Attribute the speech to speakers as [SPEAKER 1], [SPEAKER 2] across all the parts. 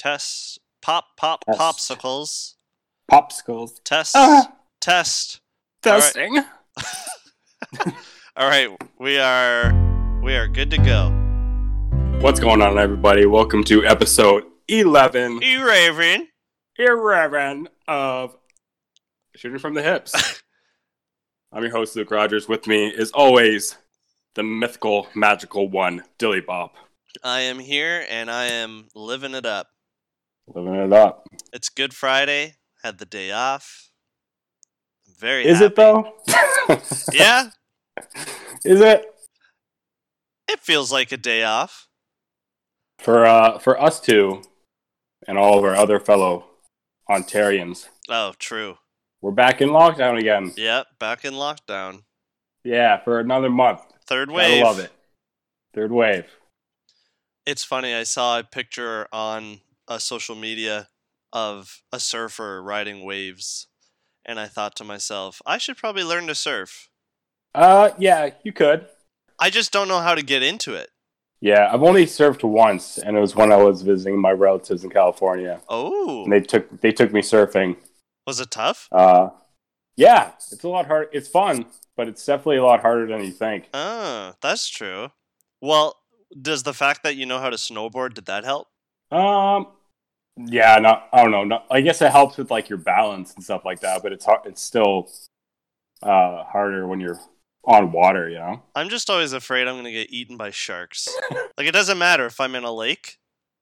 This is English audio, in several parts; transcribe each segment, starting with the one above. [SPEAKER 1] Test. Pop, pop,
[SPEAKER 2] Test.
[SPEAKER 1] popsicles.
[SPEAKER 2] Popsicles.
[SPEAKER 1] Test.
[SPEAKER 2] Ah.
[SPEAKER 1] Test. right.
[SPEAKER 2] Testing.
[SPEAKER 1] All right, we are we are good to go.
[SPEAKER 2] What's going on, everybody? Welcome to episode 11,
[SPEAKER 1] E Raven.
[SPEAKER 2] Irreverent of Shooting from the Hips. I'm your host, Luke Rogers. With me, as always, the mythical, magical one, Dilly Bob.
[SPEAKER 1] I am here and I am living it up.
[SPEAKER 2] Living it up.
[SPEAKER 1] It's Good Friday. Had the day off. I'm very.
[SPEAKER 2] Is
[SPEAKER 1] happy.
[SPEAKER 2] it, though?
[SPEAKER 1] Yeah,
[SPEAKER 2] Is it?
[SPEAKER 1] it feels like a day off.
[SPEAKER 2] For, uh, for us two and all of our other fellow Ontarians,
[SPEAKER 1] Oh, true.
[SPEAKER 2] we're back in lockdown again.
[SPEAKER 1] Yep, back in lockdown.
[SPEAKER 2] Yeah, for another month.
[SPEAKER 1] Third
[SPEAKER 2] I
[SPEAKER 1] wave.
[SPEAKER 2] love it. Third wave.
[SPEAKER 1] It's funny. I saw a picture on a social media of a surfer riding waves, and I thought to myself, I should probably learn to surf.
[SPEAKER 2] Uh, yeah, you could.
[SPEAKER 1] I just don't know how to get into it.
[SPEAKER 2] Yeah, I've only served once, and it was when I was visiting my relatives in California.
[SPEAKER 1] Oh,
[SPEAKER 2] And they took they took me surfing.
[SPEAKER 1] was it tough?
[SPEAKER 2] Uh, yeah, it's a lot hard. It's fun, but it's definitely a lot harder than you think.
[SPEAKER 1] Oh, that's true. Well, does the fact that you know how to snowboard did that help?
[SPEAKER 2] Um, yeah, not I don't know. Not, I guess it helps with like your balance and stuff like that, but it's hard. It's still uh harder when you're on water. You know.
[SPEAKER 1] I'm just always afraid I'm gonna get eaten by sharks. like it doesn't matter if I'm in a lake.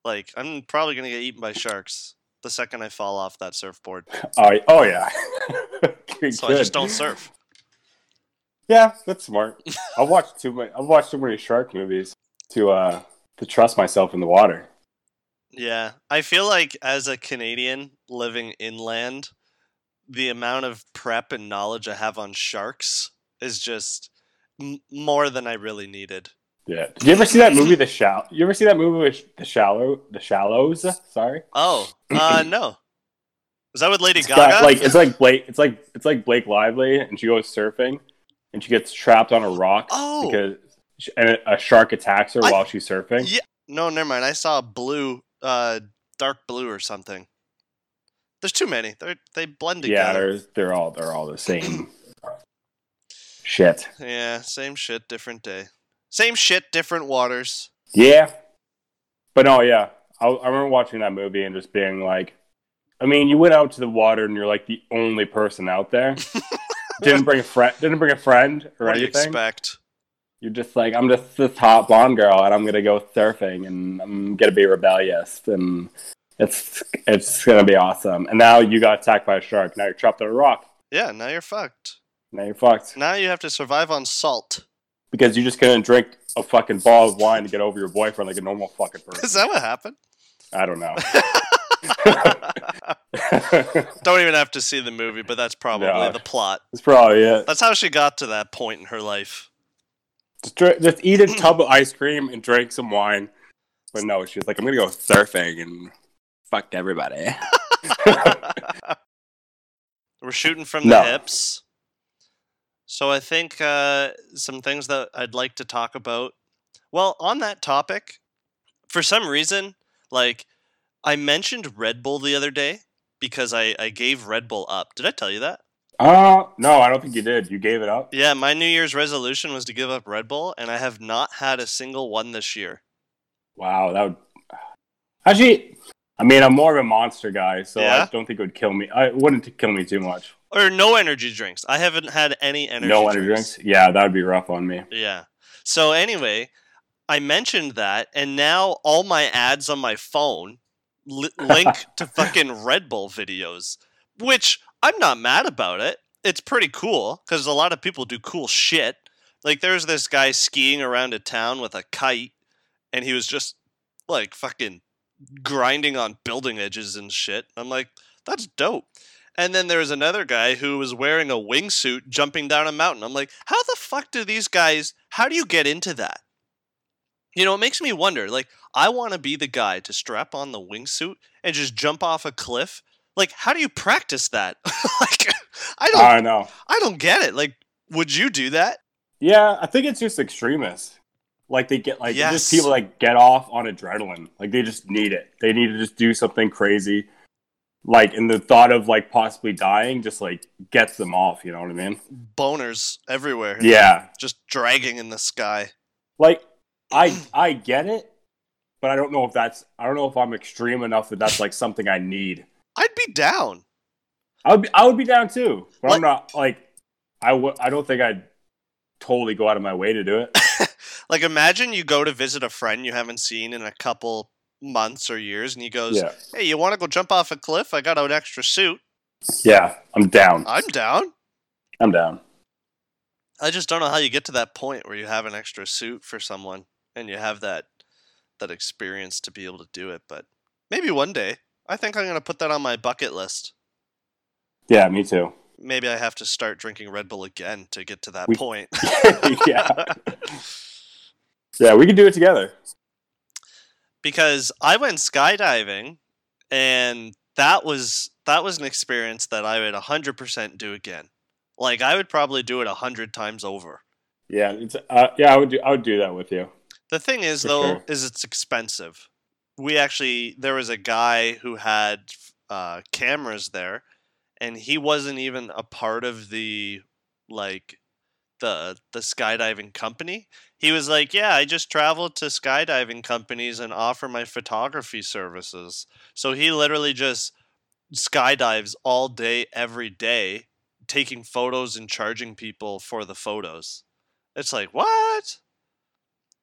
[SPEAKER 1] Like I'm probably gonna get eaten by sharks the second I fall off that surfboard.
[SPEAKER 2] Oh, y- oh yeah. Good,
[SPEAKER 1] So I just
[SPEAKER 2] good.
[SPEAKER 1] don't surf.
[SPEAKER 2] Yeah, that's smart. I've watched too much. I've watched too many shark movies to uh to trust myself in the water.
[SPEAKER 1] Yeah, I feel like as a Canadian living inland, the amount of prep and knowledge I have on sharks is just m- more than I really needed.
[SPEAKER 2] Yeah. Did you ever see that movie, The Shallow? You ever see that movie, with The Shallow? The Shallows. Sorry.
[SPEAKER 1] Oh, uh, no. Is that with Lady
[SPEAKER 2] It's
[SPEAKER 1] Gaga?
[SPEAKER 2] got, like it's like Blake. It's like it's like Blake Lively, and she goes surfing, and she gets trapped on a rock
[SPEAKER 1] oh,
[SPEAKER 2] because sh- and a shark attacks her
[SPEAKER 1] I-
[SPEAKER 2] while she's surfing.
[SPEAKER 1] yeah. No, never mind. I saw blue, uh, dark blue or something. There's too many. They they blend
[SPEAKER 2] yeah,
[SPEAKER 1] together.
[SPEAKER 2] they're they're all they're all the same. Shit.
[SPEAKER 1] Yeah, same shit, different day. Same shit, different waters.
[SPEAKER 2] Yeah. But no, yeah. I, I remember watching that movie and just being like, I mean, you went out to the water and you're like the only person out there. didn't bring a friend. Didn't bring a friend or
[SPEAKER 1] What do you
[SPEAKER 2] anything.
[SPEAKER 1] expect?
[SPEAKER 2] You are just like, I'm just this hot blonde girl, and I'm gonna go surfing, and I'm gonna be rebellious, and it's it's gonna be awesome. And now you got attacked by a shark. Now you're trapped on a rock.
[SPEAKER 1] Yeah, now you're fucked.
[SPEAKER 2] Now you're fucked
[SPEAKER 1] Now you have to survive on salt.
[SPEAKER 2] because you just couldn't drink a fucking ball of wine to get over your boyfriend like a normal fucking person.
[SPEAKER 1] Is that what happened?
[SPEAKER 2] I don't know.
[SPEAKER 1] Don't even have to see the movie, but that's probably
[SPEAKER 2] No.
[SPEAKER 1] the plot.
[SPEAKER 2] That's probably it.
[SPEAKER 1] That's how she got to that point in her life.
[SPEAKER 2] Just, dr- just eat a tub of ice cream and drink some wine. But no, she's like, I'm gonna go surfing and fuck everybody.
[SPEAKER 1] We're shooting from the
[SPEAKER 2] No.
[SPEAKER 1] hips. So I think uh, some things that I'd like to talk about. Well, on that topic, for some reason, like I mentioned Red Bull the other day because I, I gave Red Bull up. Did I tell you that?
[SPEAKER 2] Uh no, I don't think you did. You gave it up.
[SPEAKER 1] Yeah, my New Year's resolution was to give up Red Bull, and I have not had a single one this year.
[SPEAKER 2] Wow, that would actually. I mean, I'm more of a monster guy, so
[SPEAKER 1] Yeah?
[SPEAKER 2] I don't think it would kill me. I it wouldn't kill me too much.
[SPEAKER 1] Or no energy drinks. I haven't had any energy
[SPEAKER 2] no energy drinks. Yeah, that would be rough on me.
[SPEAKER 1] Yeah. So anyway, I mentioned that, and now all my ads on my phone li- link to fucking Red Bull videos, which I'm not mad about it. It's pretty cool because a lot of people do cool shit. Like there's this guy skiing around a town with a kite, and he was just like fucking grinding on building edges and shit. I'm like, that's dope. And then there was another guy who was wearing a wingsuit jumping down a mountain. I'm like, how the fuck do these guys, how do you get into that? You know, it makes me wonder. Like, I want to be the guy to strap on the wingsuit and just jump off a cliff. Like, how do you practice that? like, I don't,
[SPEAKER 2] I don't know.
[SPEAKER 1] I don't get it. Like, would you do that?
[SPEAKER 2] Yeah, I think it's just extremists. Like they get like
[SPEAKER 1] Yes.
[SPEAKER 2] just people like get off on adrenaline. Like they just need it. They need to just do something crazy. Like and the thought of like possibly dying just like gets them off, you know what I mean?
[SPEAKER 1] Boners everywhere.
[SPEAKER 2] Yeah.
[SPEAKER 1] Just dragging in the sky.
[SPEAKER 2] Like I I get it, but I don't know if that's I don't know if I'm extreme enough that that's like something I need.
[SPEAKER 1] I'd be down.
[SPEAKER 2] I would be, I would be down too, but
[SPEAKER 1] Like-
[SPEAKER 2] I'm not like I w- I don't think I'd totally go out of my way to do it.
[SPEAKER 1] Like imagine you go to visit a friend you haven't seen in a couple months or years and he goes,
[SPEAKER 2] yeah.
[SPEAKER 1] "Hey, you want to go jump off a cliff? I got an extra suit."
[SPEAKER 2] Yeah, I'm down.
[SPEAKER 1] I'm down.
[SPEAKER 2] I'm down.
[SPEAKER 1] I just don't know how you get to that point where you have an extra suit for someone and you have that that experience to be able to do it, but maybe one day. I think I'm going to put that on my bucket list.
[SPEAKER 2] Yeah, me too.
[SPEAKER 1] Maybe I have to start drinking Red Bull again to get to that
[SPEAKER 2] We-
[SPEAKER 1] point.
[SPEAKER 2] yeah. Yeah, we could do it together.
[SPEAKER 1] because I went skydiving and that was that was an experience that I would 100% do again. Like I would probably do it 100 times over.
[SPEAKER 2] Yeah, it's, uh, yeah, I would do I would do that with you.
[SPEAKER 1] The thing is
[SPEAKER 2] For
[SPEAKER 1] though
[SPEAKER 2] sure.
[SPEAKER 1] is it's expensive. We actually there was a guy who had uh, cameras there and he wasn't even a part of the like the the skydiving company. He was like, "Yeah, I just travel to skydiving companies and offer my photography services." So he literally just skydives all day every day taking photos and charging people for the photos. It's like, "What?"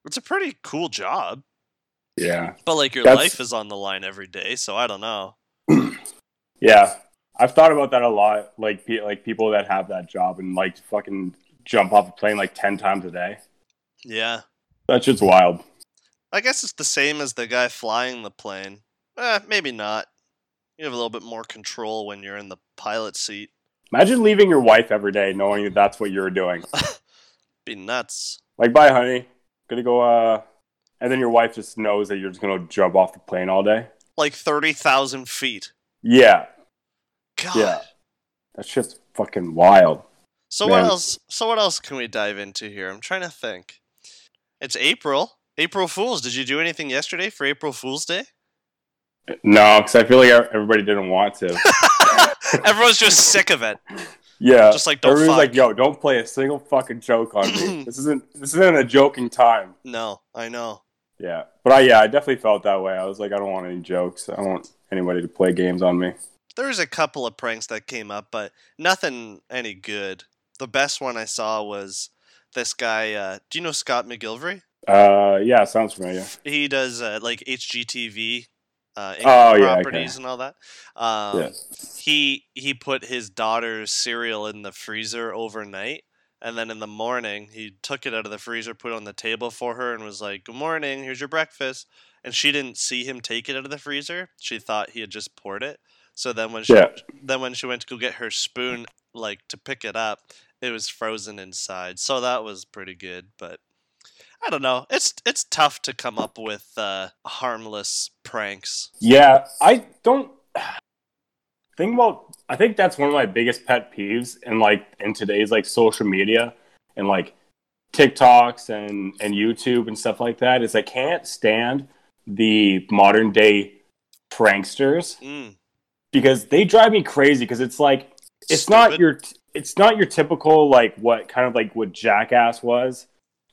[SPEAKER 1] It's a pretty cool job,
[SPEAKER 2] Yeah.
[SPEAKER 1] but like your
[SPEAKER 2] That's-
[SPEAKER 1] life is on the line every day, so I don't know.
[SPEAKER 2] Yeah. I've thought about that a lot like pe- like people that have that job and like fucking jump off a plane like 10 times a day.
[SPEAKER 1] Yeah.
[SPEAKER 2] That shit's wild.
[SPEAKER 1] I guess it's the same as the guy flying the plane. Eh, maybe not. You have a little bit more control when you're in the pilot seat.
[SPEAKER 2] Imagine leaving your wife every day knowing that that's what you're doing.
[SPEAKER 1] Be nuts.
[SPEAKER 2] Like, "Bye, honey. Gonna go uh and then your wife just knows that you're just gonna jump off the plane all day.
[SPEAKER 1] Like 30,000 feet.
[SPEAKER 2] Yeah,
[SPEAKER 1] God.
[SPEAKER 2] yeah. That shit's fucking wild.
[SPEAKER 1] So what
[SPEAKER 2] Man.
[SPEAKER 1] else so what else can we dive into here? I'm trying to think. It's April. April Fools. Did you do anything yesterday for April Fools Day?
[SPEAKER 2] No, because I feel like everybody didn't want to.
[SPEAKER 1] Everyone's just sick of it.
[SPEAKER 2] Yeah,
[SPEAKER 1] Just like don't
[SPEAKER 2] Uh, everybody's
[SPEAKER 1] fuck.
[SPEAKER 2] like, "Yo, don't play a single fucking joke on me. this isn't this isn't a joking time."
[SPEAKER 1] no, I know.
[SPEAKER 2] Yeah, but I yeah, I definitely felt that way. I was like, I don't want any jokes. I don't want anybody to play games on me.
[SPEAKER 1] There was a couple of pranks that came up, but nothing any good. The best one I saw was this guy. Uh, do you know Scott McGilvery?
[SPEAKER 2] Uh, yeah, sounds familiar.
[SPEAKER 1] He does uh, like HGTV, uh,
[SPEAKER 2] Oh, yeah, okay.
[SPEAKER 1] properties and all that. Um,
[SPEAKER 2] yeah,
[SPEAKER 1] He he put his daughter's cereal in the freezer overnight, and then in the morning he took it out of the freezer, put it on the table for her, and was like, "Good morning, here's your breakfast." And she didn't see him take it out of the freezer. She thought he had just poured it. So then when she
[SPEAKER 2] yeah.
[SPEAKER 1] then when she went to go get her spoon like to pick it up it was frozen inside so that was pretty good but i don't know it's it's tough to come up with uh harmless pranks
[SPEAKER 2] Yeah, I don't think about. I think that's one of my biggest pet peeves, in like in today's like social media and like TikToks and and YouTube and stuff like that. Is I can't stand the modern day pranksters
[SPEAKER 1] mm,
[SPEAKER 2] because they drive me crazy. Because it's like it's not
[SPEAKER 1] stupid.
[SPEAKER 2] your it's not your typical like what kind of like what Jackass was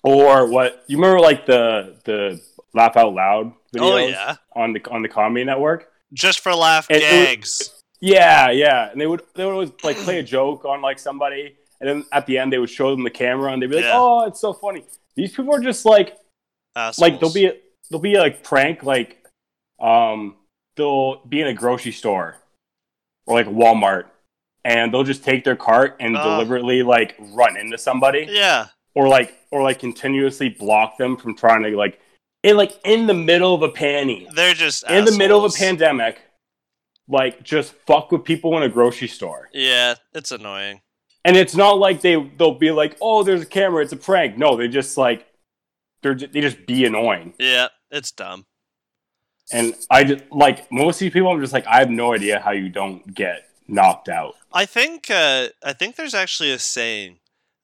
[SPEAKER 2] or what you remember like the the laugh out loud videos
[SPEAKER 1] oh yeah
[SPEAKER 2] on the on the comedy network.
[SPEAKER 1] just for laugh
[SPEAKER 2] And it was-
[SPEAKER 1] gags
[SPEAKER 2] Yeah, yeah. And they would they would always like play a joke on like somebody, and then at the end they would show them the camera, and they'd be like,
[SPEAKER 1] Yeah.
[SPEAKER 2] "Oh, it's so funny." These people are just like like they'll
[SPEAKER 1] Assholes.
[SPEAKER 2] be they'll be like prank like um they'll be in a grocery store or like Walmart, and they'll just take their cart and
[SPEAKER 1] Ah.
[SPEAKER 2] deliberately like run into somebody
[SPEAKER 1] yeah
[SPEAKER 2] or like or like continuously block them from trying to like in like in the middle of a panty
[SPEAKER 1] they're just
[SPEAKER 2] in the middle of a
[SPEAKER 1] assholes.
[SPEAKER 2] pandemic, like just fuck with people in a grocery store.
[SPEAKER 1] yeah it's annoying
[SPEAKER 2] And it's not like they they'll be like, oh, there's a camera, it's a prank. No, they just like they're ju- they just be annoying.
[SPEAKER 1] yeah it's dumb
[SPEAKER 2] And I just like most of these people, I'm just like, I have no idea how you don't get knocked out.
[SPEAKER 1] I think uh, I think there's actually a saying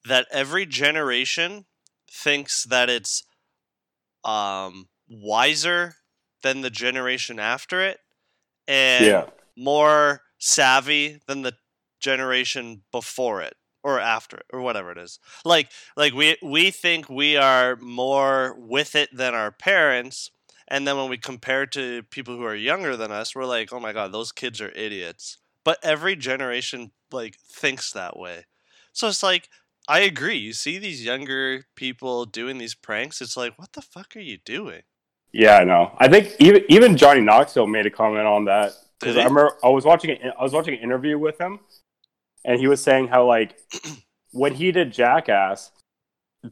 [SPEAKER 1] that every generation thinks that it's um, wiser than the generation after it, and
[SPEAKER 2] yeah.
[SPEAKER 1] more savvy than the generation before it or after it, or whatever it is. Like like we we think we are more with it than our parents, and then when we compare to people who are younger than us, we're like, "Oh my god, those kids are idiots." But every generation like thinks that way. So it's like I agree. You see these younger people doing these pranks, it's like, "What the fuck are you doing?"
[SPEAKER 2] Yeah, I know. I think even even Johnny Knoxville made a comment on that because
[SPEAKER 1] Did he?
[SPEAKER 2] I remember I was watching a, I was watching an interview with him, and he was saying how like when he did Jackass,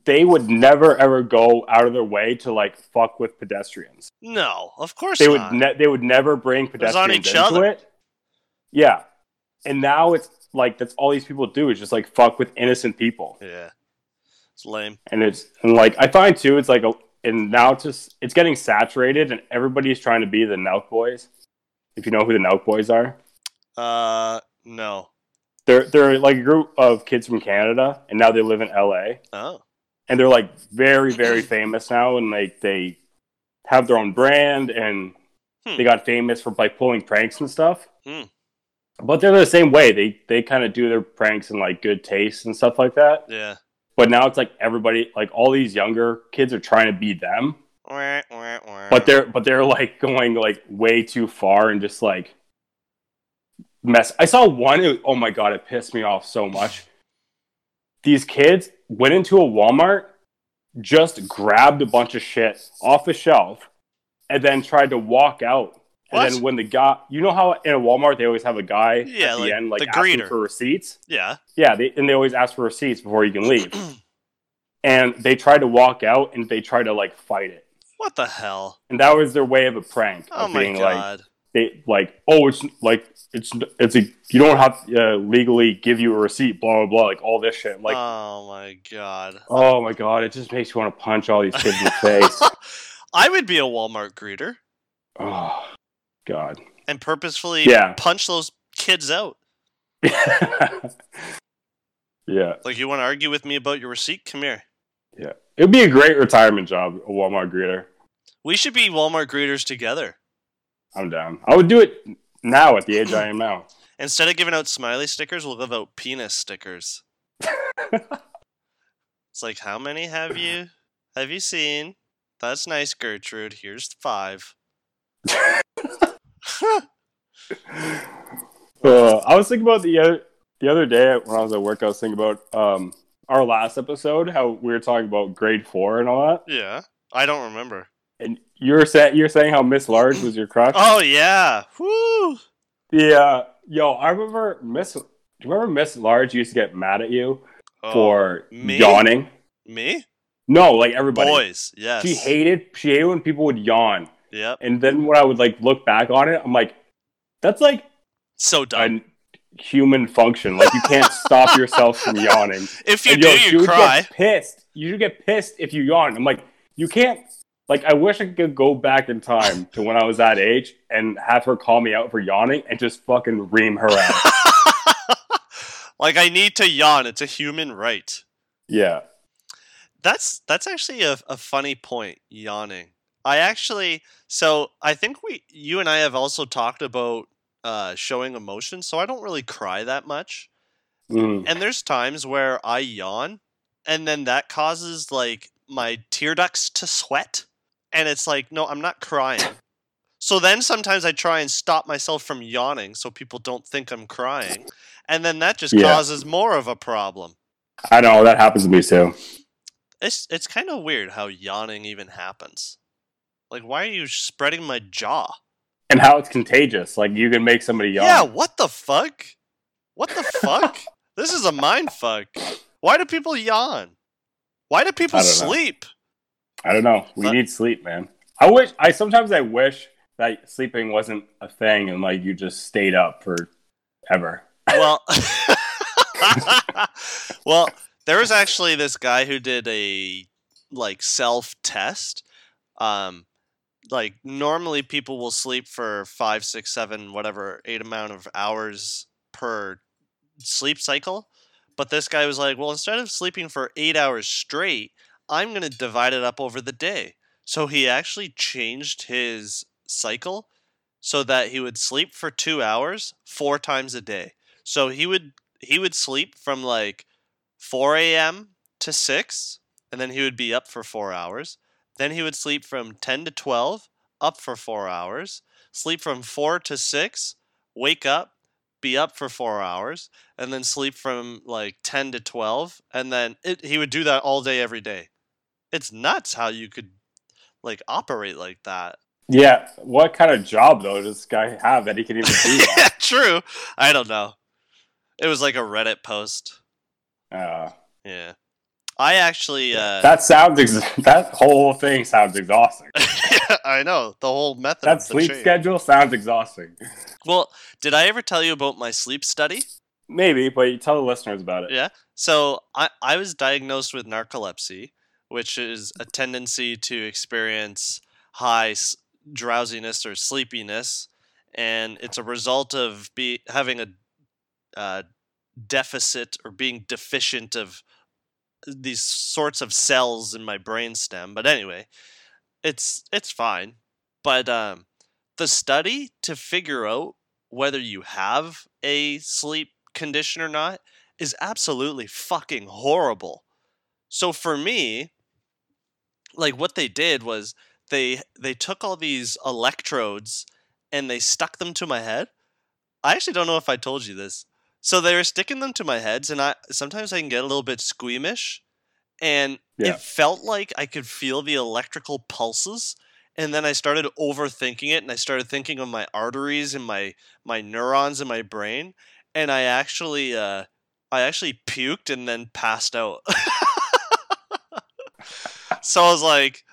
[SPEAKER 2] they would never ever go out of their way to like fuck with pedestrians.
[SPEAKER 1] No, of course
[SPEAKER 2] They
[SPEAKER 1] not.
[SPEAKER 2] would ne- they would never bring
[SPEAKER 1] was on
[SPEAKER 2] pedestrians
[SPEAKER 1] each
[SPEAKER 2] into
[SPEAKER 1] other.
[SPEAKER 2] it. Yeah, and now it's like that's all these people do is just like fuck with innocent people.
[SPEAKER 1] yeah, it's lame.
[SPEAKER 2] and it's and like I find too, it's like a, and now it's just it's getting saturated, and everybody's trying to be the Nelk Boys. If you know who the Nelk Boys are,
[SPEAKER 1] Uh, no.
[SPEAKER 2] they're they're like a group of kids from Canada, and now they live in L.A.
[SPEAKER 1] Oh,
[SPEAKER 2] and they're like very very famous now, and like they have their own brand, and
[SPEAKER 1] Hmm.
[SPEAKER 2] they got famous for like pulling pranks and stuff.
[SPEAKER 1] Hmm.
[SPEAKER 2] But they're the same way. They they kind of do their pranks in like good taste and stuff like that.
[SPEAKER 1] yeah.
[SPEAKER 2] But now it's like everybody, like all these younger kids, are trying to be them. but
[SPEAKER 1] But
[SPEAKER 2] they're but they're like going like way too far and just like mess i saw one it, oh my god it pissed me off so much these kids went into a walmart just grabbed a bunch of shit off a shelf and then tried to walk out
[SPEAKER 1] What?
[SPEAKER 2] and then when the guy you know how in a walmart they always have a guy
[SPEAKER 1] Yeah,
[SPEAKER 2] at
[SPEAKER 1] like
[SPEAKER 2] the end like
[SPEAKER 1] the
[SPEAKER 2] asking
[SPEAKER 1] greeter.
[SPEAKER 2] for receipts
[SPEAKER 1] yeah.
[SPEAKER 2] yeah, they, and they always ask for receipts before you can leave. and they tried to walk out and they tried to like fight it.
[SPEAKER 1] What the hell?
[SPEAKER 2] And that was their way of a prank.
[SPEAKER 1] Oh
[SPEAKER 2] of
[SPEAKER 1] my
[SPEAKER 2] being like
[SPEAKER 1] god.
[SPEAKER 2] they like oh it's like it's it's a you don't have to uh, legally give you a receipt blah blah blah like all this shit like
[SPEAKER 1] oh my god.
[SPEAKER 2] oh my god it just makes you want to punch all these kids in the face.
[SPEAKER 1] I would be a Walmart greeter
[SPEAKER 2] Oh god.
[SPEAKER 1] and purposefully
[SPEAKER 2] Yeah.
[SPEAKER 1] punch those kids out.
[SPEAKER 2] yeah.
[SPEAKER 1] Like you want to argue with me about your receipt? Come here.
[SPEAKER 2] It would be a great retirement job, a Walmart greeter.
[SPEAKER 1] We should be Walmart greeters together.
[SPEAKER 2] I'm down. I would do it now at the age I am now.
[SPEAKER 1] Instead of giving out smiley stickers, we'll give out penis stickers. it's like, how many have you have you seen? That's nice, Gertrude. Here's five.
[SPEAKER 2] Uh, I was thinking about the other, the other day when I was at work. I was thinking about um, our last episode, how we were talking about grade four and all that.
[SPEAKER 1] Yeah. I don't remember.
[SPEAKER 2] And you were saying you were saying how Miss Large was your crush.
[SPEAKER 1] Oh yeah. Woo.
[SPEAKER 2] Yeah, yo, I remember Miss. Do you remember Miss Large used to get mad at you
[SPEAKER 1] Oh,
[SPEAKER 2] for
[SPEAKER 1] me?
[SPEAKER 2] yawning?
[SPEAKER 1] me?
[SPEAKER 2] No, like everybody.
[SPEAKER 1] Boys, yes.
[SPEAKER 2] She hated. She hated when people would yawn.
[SPEAKER 1] Yep.
[SPEAKER 2] And then when I would like look back on it, I'm like, that's like
[SPEAKER 1] So dumb.
[SPEAKER 2] a human function. Like you can't stop yourself from yawning.
[SPEAKER 1] if you
[SPEAKER 2] And,
[SPEAKER 1] do,
[SPEAKER 2] yo, she
[SPEAKER 1] you
[SPEAKER 2] would
[SPEAKER 1] cry.
[SPEAKER 2] Get pissed. You should get pissed if you yawn. I'm like, you can't. Like, I wish I could go back in time to when I was that age and have her call me out for yawning and just fucking ream her out.
[SPEAKER 1] like I need to yawn. It's a human right.
[SPEAKER 2] yeah.
[SPEAKER 1] That's that's actually a, a funny point, yawning. I actually so I think we you and I have also talked about uh, showing emotion, so I don't really cry that much.
[SPEAKER 2] Mm.
[SPEAKER 1] And there's times where I yawn and then that causes like my tear ducts to sweat and it's like no, I'm not crying. So then sometimes I try and stop myself from yawning so people don't think I'm crying. And then that just
[SPEAKER 2] Yeah.
[SPEAKER 1] causes more of a problem.
[SPEAKER 2] I know that happens to me too.
[SPEAKER 1] It's it's kind of weird how yawning even happens. Like why are you spreading my jaw?
[SPEAKER 2] And how it's contagious. Like, you can make somebody yawn.
[SPEAKER 1] Yeah, what the fuck? What the fuck? This is a mind fuck. Why do people yawn? Why do people
[SPEAKER 2] I don't know.
[SPEAKER 1] sleep?
[SPEAKER 2] I don't know. We
[SPEAKER 1] But-
[SPEAKER 2] need sleep, man. I wish, I sometimes I wish that sleeping wasn't a thing and like you just stayed up for ever.
[SPEAKER 1] Well, well, there was actually this guy who did a like self test. Um, like normally people will sleep for five, six, seven, whatever, eight amount of hours per sleep cycle. But this guy was like, well, instead of sleeping for eight hours straight, I'm gonna divide it up over the day. So he actually changed his cycle so that he would sleep for 2 hours 4 times a day. So he would he would sleep from like 4 a.m. to 6 and then he would be up for 4 hours. Then he would sleep from 10 to 12 up for 4 hours, sleep from 4 to 6, wake up, be up for 4 hours, and then sleep from like 10 to 12 and then it, he would do that all day every day. It's nuts how you could like operate like that.
[SPEAKER 2] Yeah, what kind of job though does this guy have that he can even do that?
[SPEAKER 1] True. I don't know. It was like a Reddit post.
[SPEAKER 2] Uh,
[SPEAKER 1] Yeah. I actually uh
[SPEAKER 2] that sounds ex- that whole thing sounds exhausting.
[SPEAKER 1] I know the whole method
[SPEAKER 2] That
[SPEAKER 1] of the
[SPEAKER 2] sleep
[SPEAKER 1] chain.
[SPEAKER 2] schedule sounds exhausting.
[SPEAKER 1] Well, did I ever tell you about my sleep study?
[SPEAKER 2] Maybe, but you tell the listeners about it.
[SPEAKER 1] Yeah. So I, I was diagnosed with narcolepsy, which is a tendency to experience high s- drowsiness or sleepiness, and it's a result of be having a uh, deficit or being deficient of these sorts of cells in my brainstem. But anyway, it's it's fine. But um, the study to figure out whether you have a sleep condition or not is absolutely fucking horrible. So for me, like what they did was they they took all these electrodes and they stuck them to my head. I actually don't know if I told you this. So they were sticking them to my heads and I sometimes I can get a little bit squeamish and
[SPEAKER 2] Yeah.
[SPEAKER 1] it felt like I could feel the electrical pulses and then I started overthinking it and I started thinking of my arteries and my my neurons in my brain and I actually uh I actually puked and then passed out. so I was like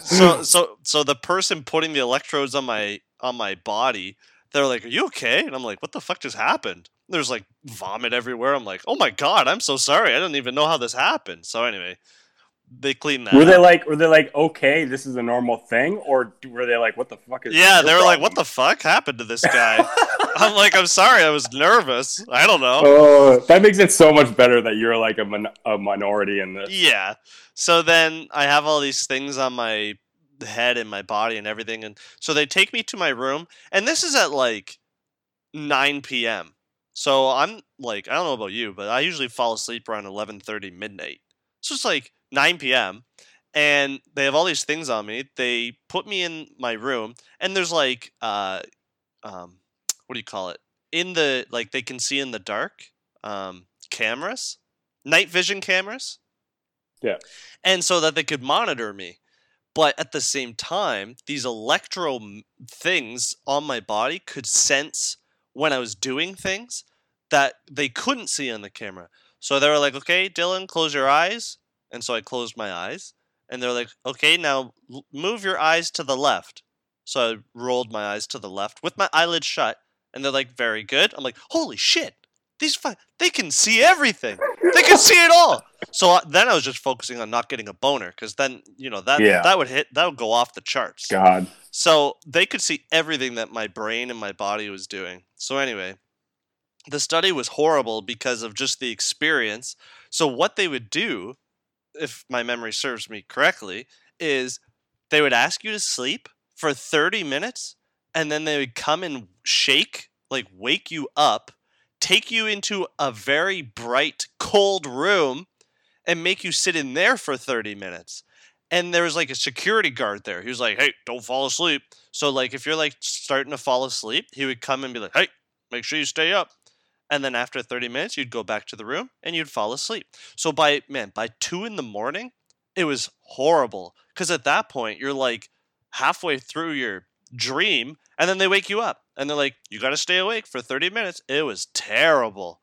[SPEAKER 1] so so so the person putting the electrodes on my on my body, they're like, "Are you okay?" And I'm like, "What the fuck just happened?" There's like vomit everywhere. I'm like, "Oh my god, I'm so sorry. I didn't even know how this happened." So anyway, they cleaned that.
[SPEAKER 2] Were they
[SPEAKER 1] up.
[SPEAKER 2] like, were they like, okay, this is a normal thing, or d- were they like, what the fuck is?
[SPEAKER 1] yeah,
[SPEAKER 2] your
[SPEAKER 1] they were like, "What
[SPEAKER 2] problem?"
[SPEAKER 1] the fuck happened to this guy?" I'm like, "I'm sorry. I was nervous. I don't know."
[SPEAKER 2] Oh, that makes it so much better that you're like a, mon- a minority in this.
[SPEAKER 1] Yeah. So then I have all these things on my head and my body and everything. And so they take me to my room. And this is at like 9 p.m. So I'm like, I don't know about you, but I usually fall asleep around 11:30 midnight. So it's like 9 p.m. And they have all these things on me. They put me in my room, and there's like, uh, um, what do you call it? In the like, they can see in the dark. Um, cameras, night vision cameras and so that they could monitor me. But at the same time, these electro m- things on my body could sense when I was doing things that they couldn't see on the camera. So they were like, okay, Dylan, close your eyes. And so I closed my eyes. And they're like, okay, now l- move your eyes to the left. So I rolled my eyes to the left with my eyelids shut. And they're like, very good. I'm like, holy shit. These fi- they can see everything. They can see it all. So I, then I was just focusing on not getting a boner because then you know that
[SPEAKER 2] Yeah.
[SPEAKER 1] that would hit that would go off the charts.
[SPEAKER 2] God,
[SPEAKER 1] So they could see everything that my brain and my body was doing. So anyway, the study was horrible because of just the experience. So what they would do, if my memory serves me correctly, is they would ask you to sleep for 30 minutes and then they would come and shake, like wake you up, take you into a very bright cold room and make you sit in there for 30 minutes. And there was like a security guard there. He was like, "Hey, don't fall asleep." So like if you're like starting to fall asleep, he would come and be like, "Hey, make sure you stay up." And then after 30 minutes, you'd go back to the room and you'd fall asleep. So by man, by 2 in the morning, it was horrible cuz at that point you're like halfway through your dream and then they wake you up and they're like, "You got to stay awake for 30 minutes." It was terrible.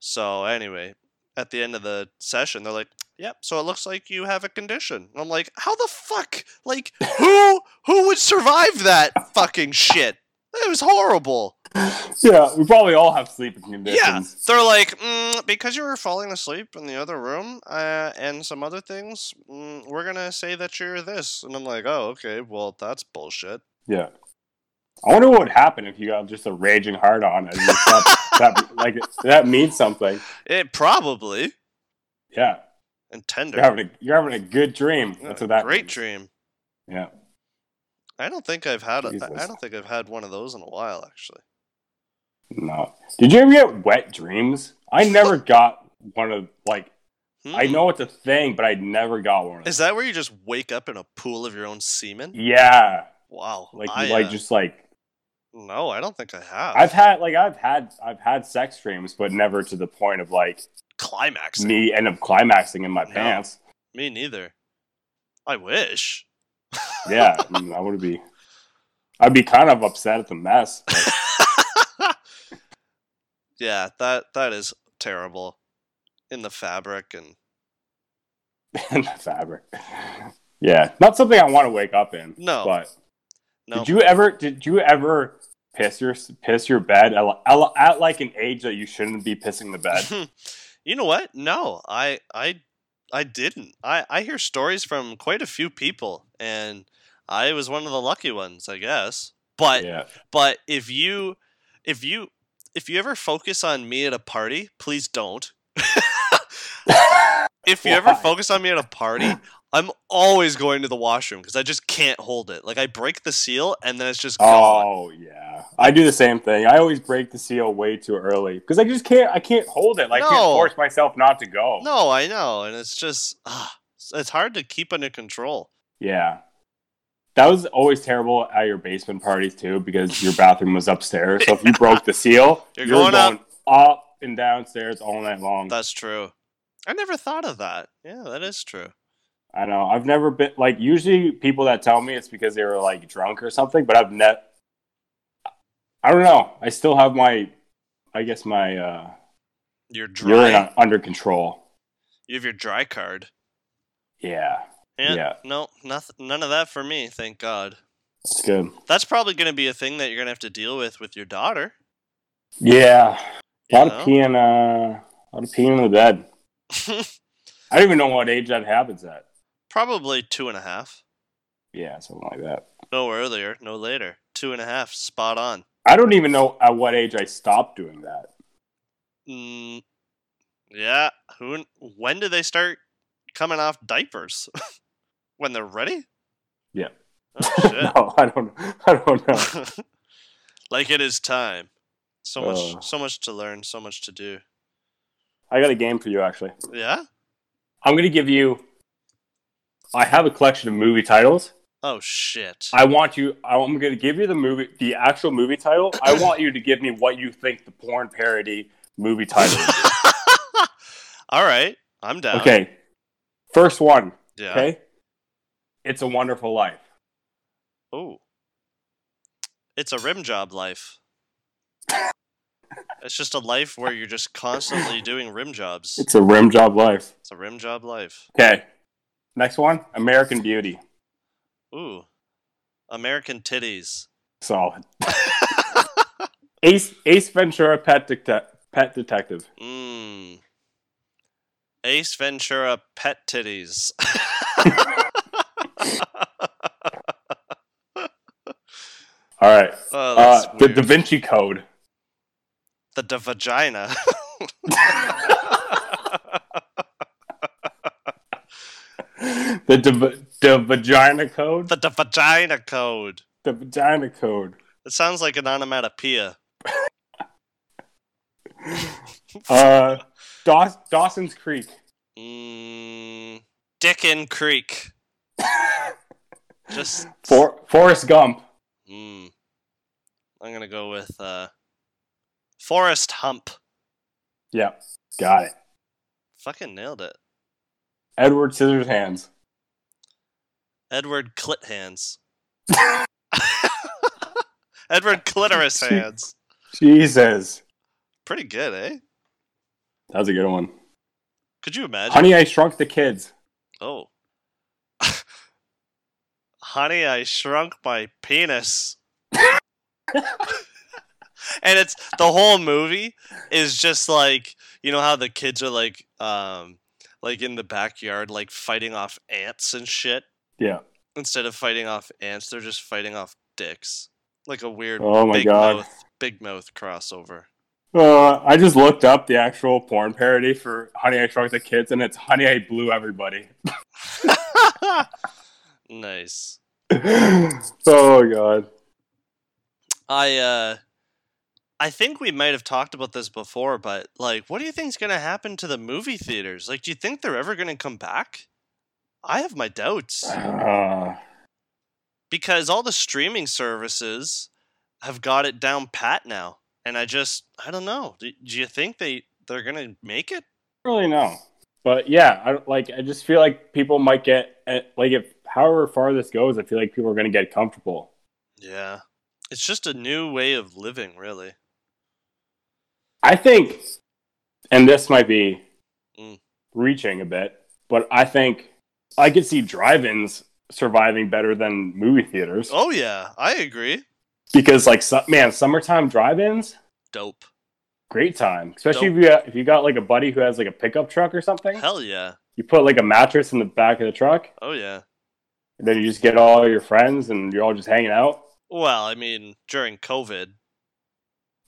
[SPEAKER 1] So anyway, at the end of the session, they're like, "Yep, so it looks like you have a condition." I'm like, "How the fuck? Like, who who would survive that fucking shit? It was horrible."
[SPEAKER 2] yeah, we probably all have sleeping
[SPEAKER 1] Yeah,
[SPEAKER 2] conditions.
[SPEAKER 1] they're like, mm, "Because you were falling asleep in the other room uh, and some other things, mm, we're gonna say that you're this." And I'm like, "Oh, okay. Well, that's bullshit."
[SPEAKER 2] Yeah, I wonder what would happen if you got just a raging hard on and you slept. that like that means something.
[SPEAKER 1] It probably
[SPEAKER 2] Yeah,
[SPEAKER 1] and tender.
[SPEAKER 2] you're having a, you're having a good dream.
[SPEAKER 1] Yeah,
[SPEAKER 2] That's what that
[SPEAKER 1] great
[SPEAKER 2] means.
[SPEAKER 1] dream.
[SPEAKER 2] Yeah.
[SPEAKER 1] I don't think I've had a,
[SPEAKER 2] Jesus.
[SPEAKER 1] I don't think I've had one of those in a while actually.
[SPEAKER 2] No. Did you ever get wet dreams? I never got one of like I
[SPEAKER 1] Hmm.
[SPEAKER 2] know it's a thing, but I never got one. Of
[SPEAKER 1] Is that where you just wake up in a pool of your own semen?
[SPEAKER 2] yeah,
[SPEAKER 1] Wow.
[SPEAKER 2] like
[SPEAKER 1] I,
[SPEAKER 2] like
[SPEAKER 1] uh,
[SPEAKER 2] just like
[SPEAKER 1] no, I don't think I have.
[SPEAKER 2] I've had like I've had I've had sex dreams, but never to the point of like
[SPEAKER 1] climaxed. Me,
[SPEAKER 2] me end up climaxing in my
[SPEAKER 1] No.
[SPEAKER 2] pants.
[SPEAKER 1] neither. I wish.
[SPEAKER 2] Yeah, I, mean, I would be. I'd be kind of upset at the mess. but
[SPEAKER 1] Yeah, that that is terrible. In the fabric and
[SPEAKER 2] in the fabric. Yeah, not something I want to wake up in.
[SPEAKER 1] No.
[SPEAKER 2] but
[SPEAKER 1] no.
[SPEAKER 2] did you ever? Did you ever piss your piss your bed at, li- at, li- at like an age that you shouldn't be pissing the bed?
[SPEAKER 1] You know what? No, I I I didn't. I I hear stories from quite a few people and I was one of the lucky ones, I guess. But
[SPEAKER 2] yeah,
[SPEAKER 1] but if you if you if you ever focus on me at a party, please don't. if you ever
[SPEAKER 2] Why?
[SPEAKER 1] focus on me at a party, I'm always going to the washroom because I just can't hold it. Like I break the seal and then it's just gone.
[SPEAKER 2] Oh yeah, I do the same thing. I always break the seal way too early because I just can't. I can't hold it. Like, I
[SPEAKER 1] No.
[SPEAKER 2] can't force myself not to go.
[SPEAKER 1] No, I know, and it's just ah, it's- it's hard to keep under control.
[SPEAKER 2] Yeah, that was always terrible at your basement parties too because your bathroom was upstairs. So if you broke the seal,
[SPEAKER 1] You're
[SPEAKER 2] you're,
[SPEAKER 1] going
[SPEAKER 2] going, up. and downstairs all night long.
[SPEAKER 1] That's true. I never thought of that. Yeah, that is true.
[SPEAKER 2] I know. I've never been like usually people that tell me it's because they were like drunk or something, but I've net. I don't know. I still have my, I guess my uh,
[SPEAKER 1] You're dry.
[SPEAKER 2] urine under control.
[SPEAKER 1] You have your dry card.
[SPEAKER 2] Yeah.
[SPEAKER 1] Yeah.
[SPEAKER 2] Yeah.
[SPEAKER 1] No, nothing. None of that for me. Thank God.
[SPEAKER 2] That's good.
[SPEAKER 1] That's probably going to be a thing that you're going to have to deal with with your daughter.
[SPEAKER 2] Yeah. A
[SPEAKER 1] you
[SPEAKER 2] lot
[SPEAKER 1] know?
[SPEAKER 2] of peeing, uh, a lot of peeing in the bed. I don't even know what age that happens at.
[SPEAKER 1] probably two and a half.
[SPEAKER 2] Yeah, something like that.
[SPEAKER 1] No earlier, no later. Two and a half. Spot on.
[SPEAKER 2] I don't even know at what age I stopped doing that.
[SPEAKER 1] Mm, yeah. Who? kn- When do they start coming off diapers? when they're ready?
[SPEAKER 2] Yeah.
[SPEAKER 1] Oh,
[SPEAKER 2] no, I don't. I don't know.
[SPEAKER 1] shit. like it is time. So
[SPEAKER 2] Uh.
[SPEAKER 1] much, so much to learn, so much to do.
[SPEAKER 2] I got a game for you actually.
[SPEAKER 1] Yeah.
[SPEAKER 2] I'm gonna give you. I have a collection of movie titles.
[SPEAKER 1] Oh shit.
[SPEAKER 2] I want you. I'm gonna give you the movie, the actual movie title. I want you to give me what you think the porn parody movie title. is.
[SPEAKER 1] All right, I'm down.
[SPEAKER 2] Okay. First one.
[SPEAKER 1] Yeah.
[SPEAKER 2] Okay. It's a Wonderful Life.
[SPEAKER 1] Oh. It's a rim job life. it's just a life where you're just constantly doing rim jobs.
[SPEAKER 2] It's a rim job life.
[SPEAKER 1] It's a rim job life.
[SPEAKER 2] Okay. Next one, American Beauty.
[SPEAKER 1] Ooh. American titties.
[SPEAKER 2] Solid. Ace Ace Ventura Pet Detec- Pet Detective.
[SPEAKER 1] Mmm. Ace Ventura pet titties.
[SPEAKER 2] All right.
[SPEAKER 1] Oh, that's
[SPEAKER 2] Uh, the
[SPEAKER 1] weird.
[SPEAKER 2] Da Vinci Code.
[SPEAKER 1] the, the vagina.
[SPEAKER 2] The da, da Vagina Code.
[SPEAKER 1] the, the vagina code.
[SPEAKER 2] The Vagina Code.
[SPEAKER 1] It sounds like an onomatopoeia.
[SPEAKER 2] Uh, Daw- Dawson's Creek.
[SPEAKER 1] Mm, Dickin Creek. Just
[SPEAKER 2] For- Forrest Gump.
[SPEAKER 1] Mm, I'm gonna go with uh, Forest Hump.
[SPEAKER 2] Yeah, got it.
[SPEAKER 1] Fucking nailed it.
[SPEAKER 2] Edward Scissorhands.
[SPEAKER 1] Edward Clit Hands. Edward Clitoris Hands.
[SPEAKER 2] Jesus,
[SPEAKER 1] Pretty good, eh?
[SPEAKER 2] that's a good one.
[SPEAKER 1] Could you imagine?
[SPEAKER 2] Honey, I Shrunk the Kids.
[SPEAKER 1] Oh. Honey, I shrunk my penis. and it's the whole movie is just like you know how the kids are like um like in the backyard like fighting off ants and shit.
[SPEAKER 2] Yeah.
[SPEAKER 1] Instead of fighting off ants, they're just fighting off dicks. Like a weird
[SPEAKER 2] Oh my
[SPEAKER 1] big
[SPEAKER 2] god.
[SPEAKER 1] mouth big mouth crossover.
[SPEAKER 2] Uh, I just looked up the actual porn parody for Honey, I Shrunk the Kids, and it's Honey, I Blew Everybody.
[SPEAKER 1] nice.
[SPEAKER 2] oh god.
[SPEAKER 1] I uh I think we might have talked about this before, but like what do you think's going to happen to the movie theaters? Like do you think they're ever going to come back? I have my doubts
[SPEAKER 2] Ah.
[SPEAKER 1] because all the streaming services have got it down pat now. And I just I don't know. Do, do you think they they're going to make it?
[SPEAKER 2] really no. But yeah, I don't- like I just feel like people might get eh, like if however far this goes, I feel like people are going to get comfortable.
[SPEAKER 1] Yeah. It's just a new way of living, really.
[SPEAKER 2] I think, and this might be
[SPEAKER 1] Mm.
[SPEAKER 2] reaching a bit, but I think I could see drive-ins surviving better than movie theaters
[SPEAKER 1] Oh yeah, I agree.
[SPEAKER 2] because, like, su- man, summertime drive-ins,
[SPEAKER 1] Dope.
[SPEAKER 2] great time. Especially if you got, if you got like a buddy who has like a pickup truck or something.
[SPEAKER 1] Hell yeah.
[SPEAKER 2] You put like a mattress in the back of the truck,
[SPEAKER 1] Oh yeah.
[SPEAKER 2] and then you just get all your friends and you're all just hanging out.
[SPEAKER 1] Well, I mean, during COVID,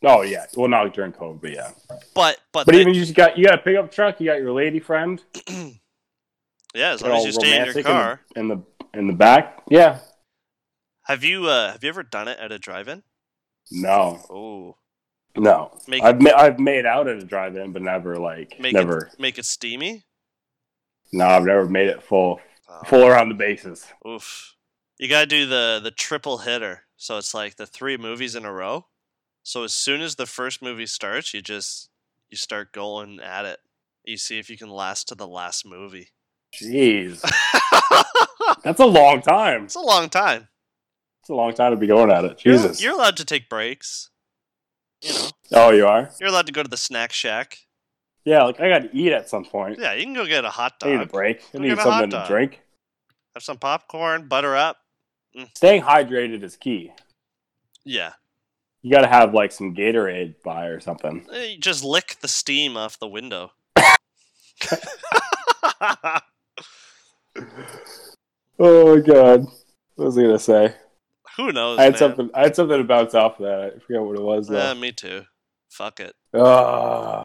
[SPEAKER 2] Oh yeah, well not during COVID, but yeah.
[SPEAKER 1] but but,
[SPEAKER 2] But
[SPEAKER 1] they-
[SPEAKER 2] even you just got you got a pickup truck, you got your lady friend,
[SPEAKER 1] yeah, as
[SPEAKER 2] get
[SPEAKER 1] long as
[SPEAKER 2] all
[SPEAKER 1] you stay in your
[SPEAKER 2] romantic
[SPEAKER 1] car.
[SPEAKER 2] in the in the back. Yeah,
[SPEAKER 1] Have you uh have you ever done it at a drive-in?
[SPEAKER 2] no,
[SPEAKER 1] Oh,
[SPEAKER 2] no.
[SPEAKER 1] make
[SPEAKER 2] I've ma- I've made out at a drive-in, but never like
[SPEAKER 1] make
[SPEAKER 2] never.
[SPEAKER 1] it make it steamy.
[SPEAKER 2] No, I've never made it full
[SPEAKER 1] Oh,
[SPEAKER 2] full around the bases.
[SPEAKER 1] Oof, you gotta do the the triple hitter. So it's like the three movies in a row. So as soon as the first movie starts, you just you start going at it. You see if you can last to the last movie.
[SPEAKER 2] Jeez,
[SPEAKER 1] it's
[SPEAKER 2] that's a long time.
[SPEAKER 1] a long time.
[SPEAKER 2] It's a long time to be going at it.
[SPEAKER 1] You're-
[SPEAKER 2] Jesus.
[SPEAKER 1] you're allowed to take breaks. You know,
[SPEAKER 2] oh, you are.
[SPEAKER 1] you're allowed to go to the snack shack.
[SPEAKER 2] Yeah, like I got to eat at some point.
[SPEAKER 1] Yeah, you can go get a hot
[SPEAKER 2] I need a
[SPEAKER 1] dog,
[SPEAKER 2] break. I
[SPEAKER 1] Go
[SPEAKER 2] need
[SPEAKER 1] get a hot
[SPEAKER 2] something to
[SPEAKER 1] dog.
[SPEAKER 2] drink.
[SPEAKER 1] have some popcorn, butter up.
[SPEAKER 2] Staying hydrated is key.
[SPEAKER 1] Yeah,
[SPEAKER 2] You got to have like some Gatorade by or something.
[SPEAKER 1] Eh, you just lick the steam off the window.
[SPEAKER 2] Oh my god. What was I gonna say?
[SPEAKER 1] Who knows?
[SPEAKER 2] I had
[SPEAKER 1] man?
[SPEAKER 2] something I had something to bounce off that. I forgot what it was uh,
[SPEAKER 1] Eh,
[SPEAKER 2] though.
[SPEAKER 1] me too. Fuck it.
[SPEAKER 2] Ah.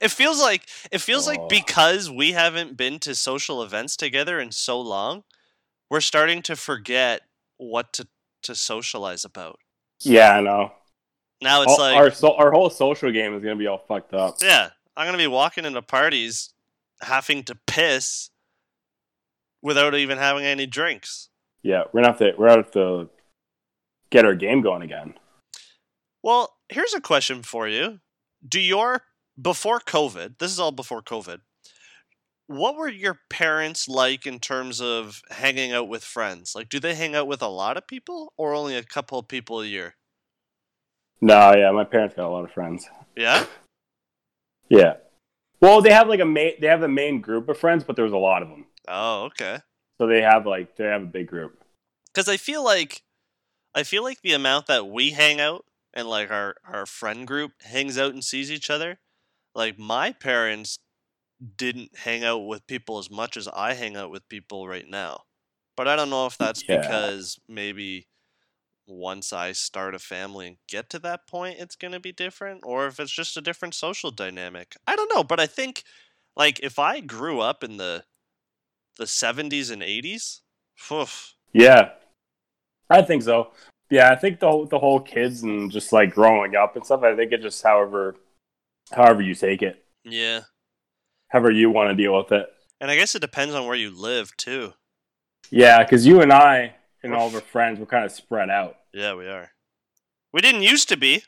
[SPEAKER 1] It feels like it feels
[SPEAKER 2] Oh.
[SPEAKER 1] like because we haven't been to social events together in so long, we're starting to forget what to to socialize about.
[SPEAKER 2] yeah, I know.
[SPEAKER 1] Now it's
[SPEAKER 2] All-
[SPEAKER 1] like,
[SPEAKER 2] our so, our whole social game is gonna be all fucked up.
[SPEAKER 1] yeah, I'm gonna be walking into parties, having to piss, without even having any drinks.
[SPEAKER 2] Yeah, we're gonna have to we're gonna have to get our game going again.
[SPEAKER 1] Well, here's a question for you. Do your before COVID, this is all before COVID, what were your parents like in terms of hanging out with friends? Like do they hang out with a lot of people or only a couple of people a year?
[SPEAKER 2] No, yeah, my parents got a lot of friends.
[SPEAKER 1] Yeah?
[SPEAKER 2] Yeah. Well, they have like a main they have a main group of friends, but there's a lot of them.
[SPEAKER 1] Oh, okay.
[SPEAKER 2] So they have like they have a big group.
[SPEAKER 1] Cuz I feel like I feel like the amount that we hang out and like our our friend group hangs out and sees each other, like my parents didn't hang out with people as much as I hang out with people right now. But I don't know if that's
[SPEAKER 2] Yeah.
[SPEAKER 1] because maybe once I start a family and get to that point it's going to be different or if it's just a different social dynamic. I don't know, but I think like if I grew up in the the 70s and 80s, phew,
[SPEAKER 2] Yeah, I think so. Yeah, I think the whole- the whole kids and just like growing up and stuff. I think it just however however you take it,
[SPEAKER 1] yeah.
[SPEAKER 2] however you want to deal with it.
[SPEAKER 1] And I guess it depends on where you live too.
[SPEAKER 2] Yeah, because you and I and all of our friends were kind of spread out.
[SPEAKER 1] Yeah, we are. We didn't used to be.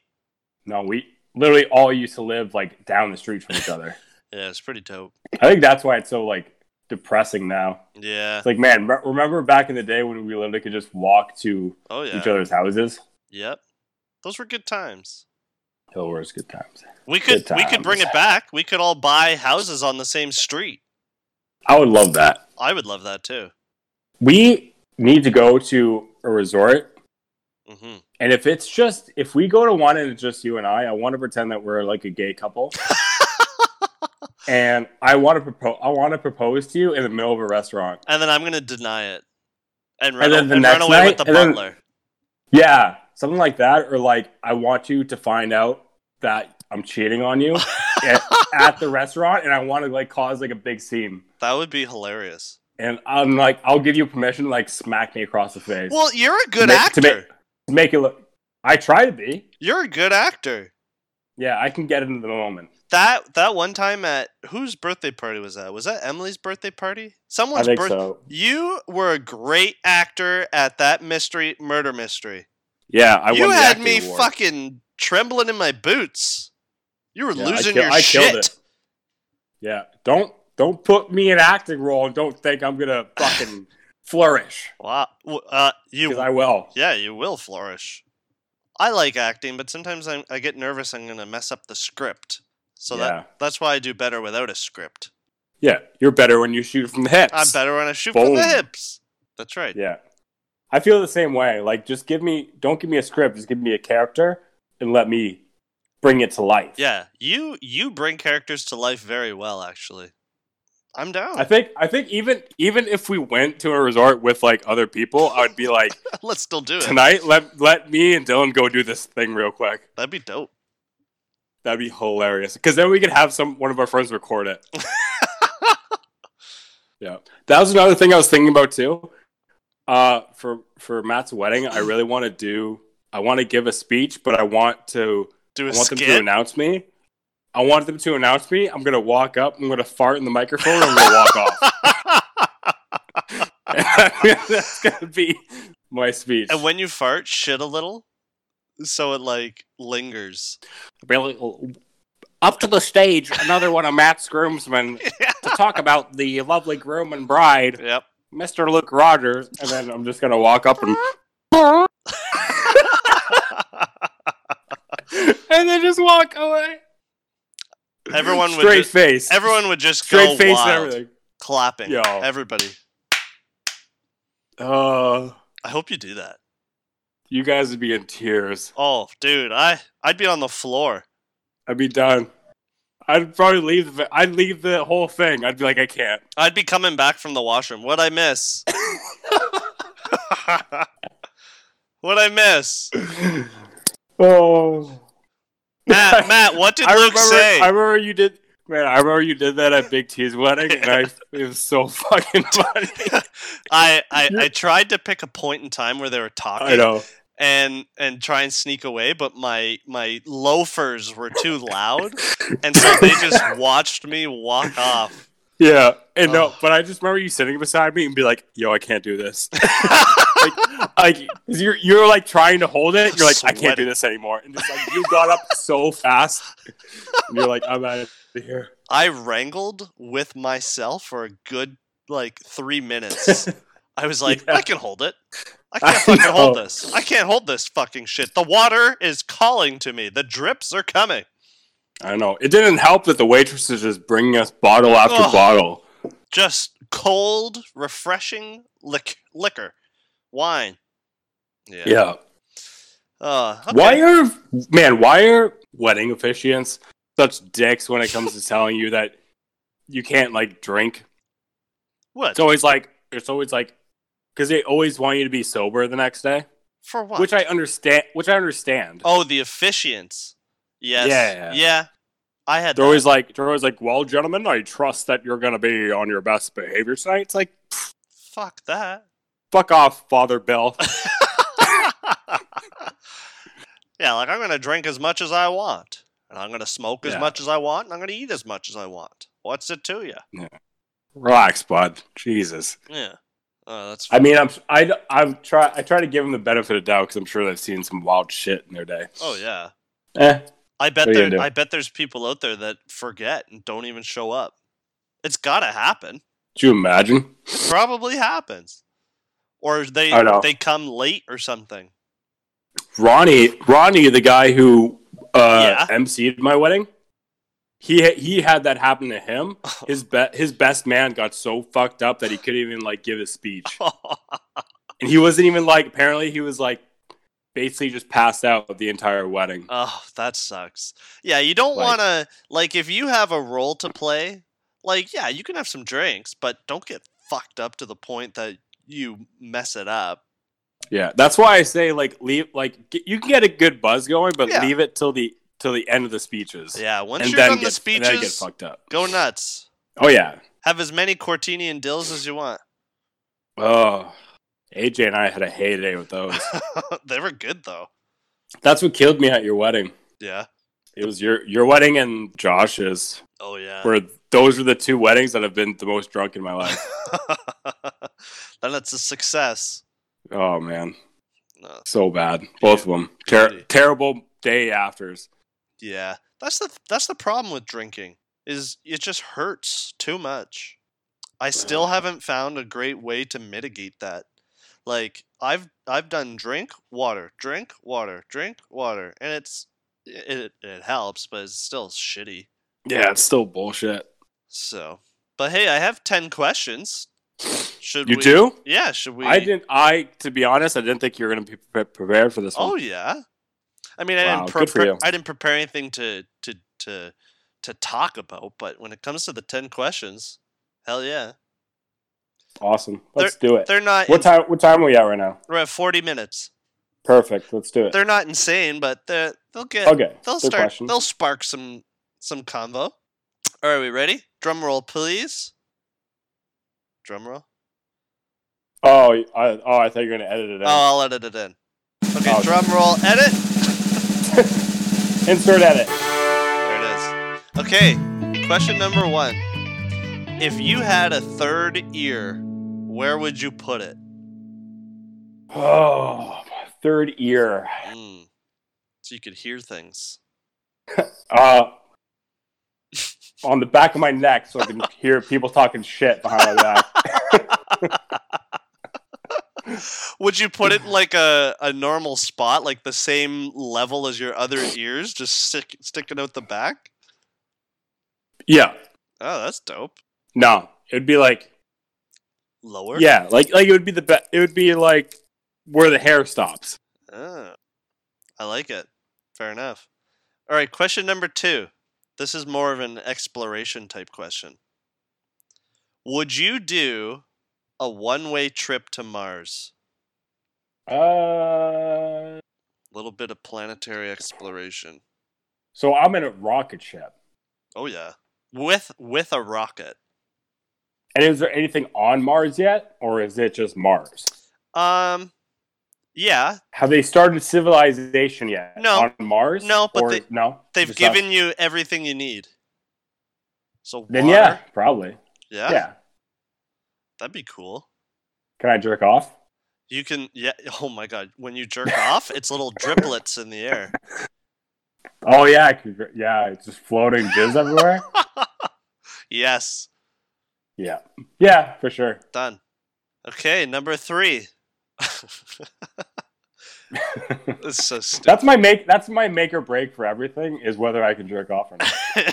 [SPEAKER 2] No, we literally all used to live like down the street from each other.
[SPEAKER 1] Yeah, it's pretty dope.
[SPEAKER 2] I think that's why it's so like depressing now.
[SPEAKER 1] Yeah.
[SPEAKER 2] It's like, man, re- remember back in the day when we literally could just walk to
[SPEAKER 1] Oh yeah.
[SPEAKER 2] each other's houses?
[SPEAKER 1] Yep. Those were good times.
[SPEAKER 2] Hell, where's good times?
[SPEAKER 1] We could
[SPEAKER 2] Good
[SPEAKER 1] we could bring
[SPEAKER 2] times.
[SPEAKER 1] it back. We could all buy houses on the same street.
[SPEAKER 2] I would love that.
[SPEAKER 1] I would love that too.
[SPEAKER 2] We need to go to a resort
[SPEAKER 1] hmm
[SPEAKER 2] And if it's just if we go to one and it's just you and I, I want to pretend that we're like a gay couple. and I want to propose. I want to propose to you in the middle of a restaurant.
[SPEAKER 1] And then I'm gonna deny it. And run,
[SPEAKER 2] And then
[SPEAKER 1] a-
[SPEAKER 2] the
[SPEAKER 1] and run
[SPEAKER 2] next
[SPEAKER 1] away
[SPEAKER 2] night-
[SPEAKER 1] with the
[SPEAKER 2] and then-
[SPEAKER 1] butler.
[SPEAKER 2] Yeah, something like that, or like I want you to find out that I'm cheating on you at, at the restaurant, and I want to like cause like a big scene.
[SPEAKER 1] That would be hilarious.
[SPEAKER 2] and I'm like, I'll give you permission to like smack me across the face.
[SPEAKER 1] Well, you're a good
[SPEAKER 2] to make-
[SPEAKER 1] actor.
[SPEAKER 2] to make- to make it look. I try to be.
[SPEAKER 1] You're a good actor.
[SPEAKER 2] Yeah, I can get into the moment.
[SPEAKER 1] That that one time at whose birthday party was that? Was that Emily's birthday party?
[SPEAKER 2] I
[SPEAKER 1] Someone's
[SPEAKER 2] think
[SPEAKER 1] birthday.
[SPEAKER 2] so.
[SPEAKER 1] You were a great actor at that mystery murder mystery.
[SPEAKER 2] Yeah, I
[SPEAKER 1] you
[SPEAKER 2] won the
[SPEAKER 1] had
[SPEAKER 2] acting
[SPEAKER 1] me
[SPEAKER 2] award.
[SPEAKER 1] fucking trembling in my boots. You were
[SPEAKER 2] Yeah, I
[SPEAKER 1] losing
[SPEAKER 2] kill-
[SPEAKER 1] your
[SPEAKER 2] I
[SPEAKER 1] shit.
[SPEAKER 2] killed it. Yeah, don't don't put me in acting role and don't think I'm gonna fucking flourish
[SPEAKER 1] Wow. W- Uh, you
[SPEAKER 2] because I will.
[SPEAKER 1] Yeah, you will flourish. I like acting, but sometimes I'm, I get nervous I'm going to mess up the script. So
[SPEAKER 2] yeah,
[SPEAKER 1] that that's why I do better without a script.
[SPEAKER 2] yeah, you're better when you shoot from the hips.
[SPEAKER 1] I'm better when I shoot from the
[SPEAKER 2] Boom.
[SPEAKER 1] hips. That's right.
[SPEAKER 2] Yeah, I feel the same way. Like, just give me don't give me a script, just give me a character and let me bring it to life.
[SPEAKER 1] Yeah, you you bring characters to life very well actually. I'm down.
[SPEAKER 2] I think I think even even if we went to a resort with like other people, I would be like,
[SPEAKER 1] Let's still do it.
[SPEAKER 2] tonight let let me and Dylan go do this thing real quick.
[SPEAKER 1] That'd be dope.
[SPEAKER 2] That'd be hilarious. Because then we could have some one of our friends record it. yeah, that was another thing I was thinking about too. Uh, for for Matt's wedding, I really want to do. I want to give a speech, but I want to.
[SPEAKER 1] Do
[SPEAKER 2] I
[SPEAKER 1] a
[SPEAKER 2] want them to
[SPEAKER 1] skit.
[SPEAKER 2] announce me. I want them to announce me. I'm gonna walk up. I'm gonna fart in the microphone. And I'm gonna walk off. That's gonna be my speech.
[SPEAKER 1] and when you fart, shit a little so it like lingers.
[SPEAKER 2] really "Oh, up to the stage, another one of Matt's groomsmen to talk about the lovely groom and bride,
[SPEAKER 1] Yep.
[SPEAKER 2] Mr. Luke Rogers, and then I'm just gonna walk up and and then just walk away.
[SPEAKER 1] Everyone would
[SPEAKER 2] straight
[SPEAKER 1] just-
[SPEAKER 2] face,
[SPEAKER 1] Everyone would just
[SPEAKER 2] straight
[SPEAKER 1] go
[SPEAKER 2] face
[SPEAKER 1] wild,
[SPEAKER 2] and everything.
[SPEAKER 1] clapping.
[SPEAKER 2] Yo.
[SPEAKER 1] Everybody.
[SPEAKER 2] Uh,
[SPEAKER 1] I hope you do that.
[SPEAKER 2] you guys would be in tears.
[SPEAKER 1] Oh, dude, I I'd be on the floor.
[SPEAKER 2] I'd be done. I'd probably leave. The, I'd leave the whole thing. I'd be like, I can't.
[SPEAKER 1] I'd be coming back from the washroom. What I miss? what I miss?
[SPEAKER 2] oh.
[SPEAKER 1] Matt, Matt, what did
[SPEAKER 2] I
[SPEAKER 1] Luke
[SPEAKER 2] remember,
[SPEAKER 1] say?
[SPEAKER 2] I remember you did. Man, I remember you did that at Big T's wedding, and I, it was so fucking funny.
[SPEAKER 1] I, I I tried to pick a point in time where they were talking
[SPEAKER 2] I know.
[SPEAKER 1] and and try and sneak away, but my my loafers were too loud, and so they just watched me walk off.
[SPEAKER 2] Yeah, and no,
[SPEAKER 1] Oh.
[SPEAKER 2] but I just remember you sitting beside me and be like, "Yo, I can't do this." like, like 'cause you're you're like trying to hold it. You're like, "I can't do
[SPEAKER 1] Sweating.
[SPEAKER 2] this anymore," and just like you got up so fast, and you're like, "I'm out of here."
[SPEAKER 1] I wrangled with myself for a good like three minutes. I was like,
[SPEAKER 2] Yeah.
[SPEAKER 1] I can hold it. I
[SPEAKER 2] I
[SPEAKER 1] can't fucking hold
[SPEAKER 2] know.
[SPEAKER 1] this. I can't hold this fucking shit. The water is calling to me. The drips are coming.
[SPEAKER 2] I don't know. It didn't help that the waitress is just bringing us bottle after
[SPEAKER 1] Ugh.
[SPEAKER 2] bottle.
[SPEAKER 1] Just cold, refreshing lick- liquor, wine. Yeah.
[SPEAKER 2] Yeah.
[SPEAKER 1] Uh, okay.
[SPEAKER 2] Why are man? Why are wedding officiants such dicks when it comes to telling you that you can't like drink?
[SPEAKER 1] What?
[SPEAKER 2] It's always like it's always like because they always want you to be sober the next day,
[SPEAKER 1] For what?
[SPEAKER 2] which I understand. Which I understand.
[SPEAKER 1] oh, the officiants. Yes.
[SPEAKER 2] Yeah.
[SPEAKER 1] Yeah. I had.
[SPEAKER 2] they're
[SPEAKER 1] that.
[SPEAKER 2] always like they're always like, well, gentlemen, I trust that you're gonna be on your best behavior tonight. It's like
[SPEAKER 1] Fuck that.
[SPEAKER 2] fuck off, Father Bill.
[SPEAKER 1] yeah, like I'm gonna drink as much as I want, and I'm gonna smoke as
[SPEAKER 2] Yeah.
[SPEAKER 1] much as I want, and I'm gonna eat as much as I want. What's it to you?
[SPEAKER 2] Relax, bud. Jesus.
[SPEAKER 1] Yeah, uh, that's
[SPEAKER 2] I mean, I'm I I've try I try to give them the benefit of doubt because I'm sure they've seen some wild shit in their day.
[SPEAKER 1] oh yeah.
[SPEAKER 2] Eh,
[SPEAKER 1] I bet
[SPEAKER 2] What are you
[SPEAKER 1] there.
[SPEAKER 2] gonna do?
[SPEAKER 1] I bet there's people out there that forget and don't even show up. It's gotta happen.
[SPEAKER 2] do you imagine?
[SPEAKER 1] Probably happens, or they
[SPEAKER 2] I know.
[SPEAKER 1] they come late or something.
[SPEAKER 2] Ronnie, Ronnie, the guy who uh, emceed my wedding, he he had that happen to him. His be- his best man got so fucked up that he couldn't even like give his speech,
[SPEAKER 1] Oh.
[SPEAKER 2] and he wasn't even like. Apparently, he was like basically just passed out the entire wedding.
[SPEAKER 1] Oh, that sucks. Yeah, you don't
[SPEAKER 2] Like-
[SPEAKER 1] want to like if you have a role to play, like yeah, you can have some drinks, but don't get fucked up to the point that you mess it up.
[SPEAKER 2] Yeah, that's why I say like leave like get, you can get a good buzz going, but
[SPEAKER 1] Yeah.
[SPEAKER 2] leave it till the till the end of the speeches.
[SPEAKER 1] Yeah, once
[SPEAKER 2] and
[SPEAKER 1] you're
[SPEAKER 2] then
[SPEAKER 1] done the
[SPEAKER 2] get, and then get
[SPEAKER 1] speeches,
[SPEAKER 2] fucked up.
[SPEAKER 1] go nuts.
[SPEAKER 2] Oh yeah,
[SPEAKER 1] Have as many Cortini and Dills as you want.
[SPEAKER 2] Oh, AJ and I had a heyday with those.
[SPEAKER 1] they were good though.
[SPEAKER 2] That's what killed me at your wedding.
[SPEAKER 1] Yeah.
[SPEAKER 2] It was your your wedding and Josh's.
[SPEAKER 1] Oh yeah.
[SPEAKER 2] Where those are the two weddings that have been the most drunk in my life.
[SPEAKER 1] then it's a success.
[SPEAKER 2] oh man,
[SPEAKER 1] No,
[SPEAKER 2] so bad. Both of them. Ter- terrible day afters.
[SPEAKER 1] yeah. That's the that's the problem with drinking is it just hurts too much. I still haven't found a great way to mitigate that. Like I've I've done drink water, drink water, drink water, and it's it it helps, but it's still shitty.
[SPEAKER 2] Yeah, it's still bullshit.
[SPEAKER 1] So, but hey, I have ten questions. Should
[SPEAKER 2] You
[SPEAKER 1] we,
[SPEAKER 2] do?
[SPEAKER 1] Yeah. Should we?
[SPEAKER 2] I didn't. I to be honest, I didn't think you were going to be pre- prepared for this one.
[SPEAKER 1] Oh yeah. I mean, I
[SPEAKER 2] Wow,
[SPEAKER 1] didn't
[SPEAKER 2] good for
[SPEAKER 1] prepare.
[SPEAKER 2] you.
[SPEAKER 1] I didn't prepare anything to to to to talk about, but when it comes to the ten questions, hell yeah,
[SPEAKER 2] Awesome. Let's do it.
[SPEAKER 1] they're not.
[SPEAKER 2] What time? What time are we at right now?
[SPEAKER 1] We're at forty minutes.
[SPEAKER 2] Perfect. Let's do it.
[SPEAKER 1] They're not insane, but they they'll get.
[SPEAKER 2] Okay.
[SPEAKER 1] They'll
[SPEAKER 2] good
[SPEAKER 1] start.
[SPEAKER 2] question.
[SPEAKER 1] They'll spark some some convo. All right, we ready? Drum roll, please. Drum roll.
[SPEAKER 2] Oh, I, oh, I thought you were gonna edit it
[SPEAKER 1] Oh,
[SPEAKER 2] out.
[SPEAKER 1] I'll edit it in. Okay,
[SPEAKER 2] Oh.
[SPEAKER 1] drum roll, edit.
[SPEAKER 2] Insert edit.
[SPEAKER 1] There it is. Okay, question number one. If you had a third ear, where would you put it?
[SPEAKER 2] Oh, my third ear.
[SPEAKER 1] Mm. So you could hear things.
[SPEAKER 2] Uh, on the back of my neck, so I can hear people talking shit behind my back.
[SPEAKER 1] Would you put it in like a, a normal spot, like the same level as your other ears, just stick, sticking out the back?
[SPEAKER 2] Yeah.
[SPEAKER 1] Oh, that's dope.
[SPEAKER 2] No, it would be like
[SPEAKER 1] Lower?
[SPEAKER 2] yeah, like like it would be the be- it would be like where the hair stops.
[SPEAKER 1] Oh, I like it. Fair enough. All right, question number two. This is more of an exploration type question. Would you do a one way trip to Mars?
[SPEAKER 2] Uh,
[SPEAKER 1] little bit of planetary exploration.
[SPEAKER 2] so I'm in a rocket ship.
[SPEAKER 1] Oh yeah. With with a rocket.
[SPEAKER 2] And is there anything on Mars yet, or is it just Mars?
[SPEAKER 1] Um yeah,
[SPEAKER 2] Have they started civilization yet?
[SPEAKER 1] No.
[SPEAKER 2] On Mars?
[SPEAKER 1] No, but
[SPEAKER 2] Or-
[SPEAKER 1] they-
[SPEAKER 2] no.
[SPEAKER 1] they've
[SPEAKER 2] Just
[SPEAKER 1] given
[SPEAKER 2] us?
[SPEAKER 1] you everything you need. So water, Ah.
[SPEAKER 2] Then yeah, probably.
[SPEAKER 1] yeah,
[SPEAKER 2] Yeah.
[SPEAKER 1] that'd be cool.
[SPEAKER 2] Can I jerk off?
[SPEAKER 1] You can yeah, oh my god, when you jerk off, it's little driplets in the air.
[SPEAKER 2] Oh yeah, I could, jer- yeah. It's just floating jizz everywhere.
[SPEAKER 1] Yes,
[SPEAKER 2] Yeah. Yeah, for sure.
[SPEAKER 1] done. Okay, number three. It's so stupid.
[SPEAKER 2] That's my make. That's my make or break for everything is whether I can jerk off or not.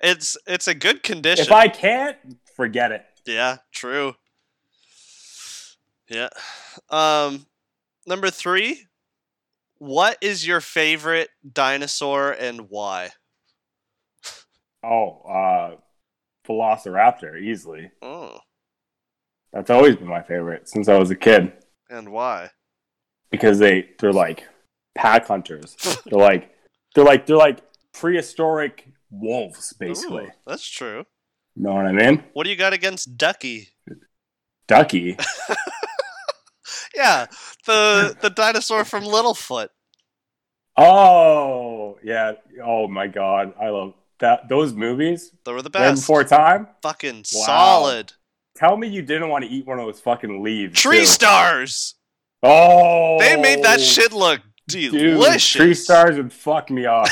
[SPEAKER 1] it's it's a good condition.
[SPEAKER 2] if I can't, forget it.
[SPEAKER 1] Yeah, true. Yeah. Um number 3, what is your favorite dinosaur and why?
[SPEAKER 2] Oh, uh, Velociraptor easily.
[SPEAKER 1] Oh,
[SPEAKER 2] That's always been my favorite since I was a kid
[SPEAKER 1] and why?
[SPEAKER 2] because they they're like pack hunters. they're like they're like they're like prehistoric wolves basically.
[SPEAKER 1] Ooh, that's true.
[SPEAKER 2] Know what I mean?
[SPEAKER 1] What do you got against Ducky?
[SPEAKER 2] Ducky.
[SPEAKER 1] Yeah, the the dinosaur from Littlefoot.
[SPEAKER 2] Oh yeah. Oh my god. I love that. Those movies.
[SPEAKER 1] They were the
[SPEAKER 2] Land
[SPEAKER 1] best.
[SPEAKER 2] Before time.
[SPEAKER 1] Fucking
[SPEAKER 2] Wow.
[SPEAKER 1] solid.
[SPEAKER 2] Tell me you didn't want to eat one of those fucking leaves.
[SPEAKER 1] Tree
[SPEAKER 2] too.
[SPEAKER 1] stars.
[SPEAKER 2] Oh,
[SPEAKER 1] They made that shit look
[SPEAKER 2] Dude,
[SPEAKER 1] delicious.
[SPEAKER 2] Tree stars would fuck me off.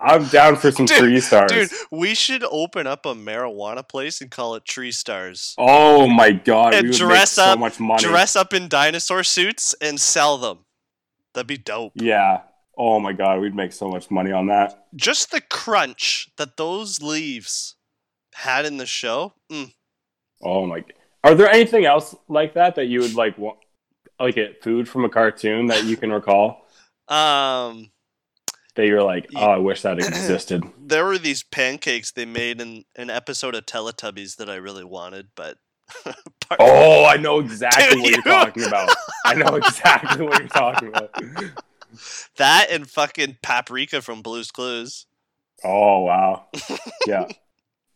[SPEAKER 2] I'm down for some
[SPEAKER 1] Dude,
[SPEAKER 2] tree stars.
[SPEAKER 1] Dude, we should open up a marijuana place and call it Tree Stars.
[SPEAKER 2] Oh my god,
[SPEAKER 1] And
[SPEAKER 2] we would
[SPEAKER 1] dress
[SPEAKER 2] make
[SPEAKER 1] up-
[SPEAKER 2] so much money.
[SPEAKER 1] dress up in dinosaur suits and sell them. That'd be dope.
[SPEAKER 2] yeah. Oh my god, we'd make so much money on that.
[SPEAKER 1] Just the crunch that those leaves had in the show. Mm.
[SPEAKER 2] Oh my. Are there anything else like that that you would like want, like it food from a cartoon that you can recall
[SPEAKER 1] Um,
[SPEAKER 2] that you're like, oh, I wish that existed.
[SPEAKER 1] there were these pancakes they made in an episode of Teletubbies that I really wanted, but part-
[SPEAKER 2] Oh, I know exactly
[SPEAKER 1] Dude,
[SPEAKER 2] what
[SPEAKER 1] you-
[SPEAKER 2] you're talking about. I know exactly what you're talking about.
[SPEAKER 1] that and fucking paprika from Blue's Clues.
[SPEAKER 2] Oh wow. Yeah.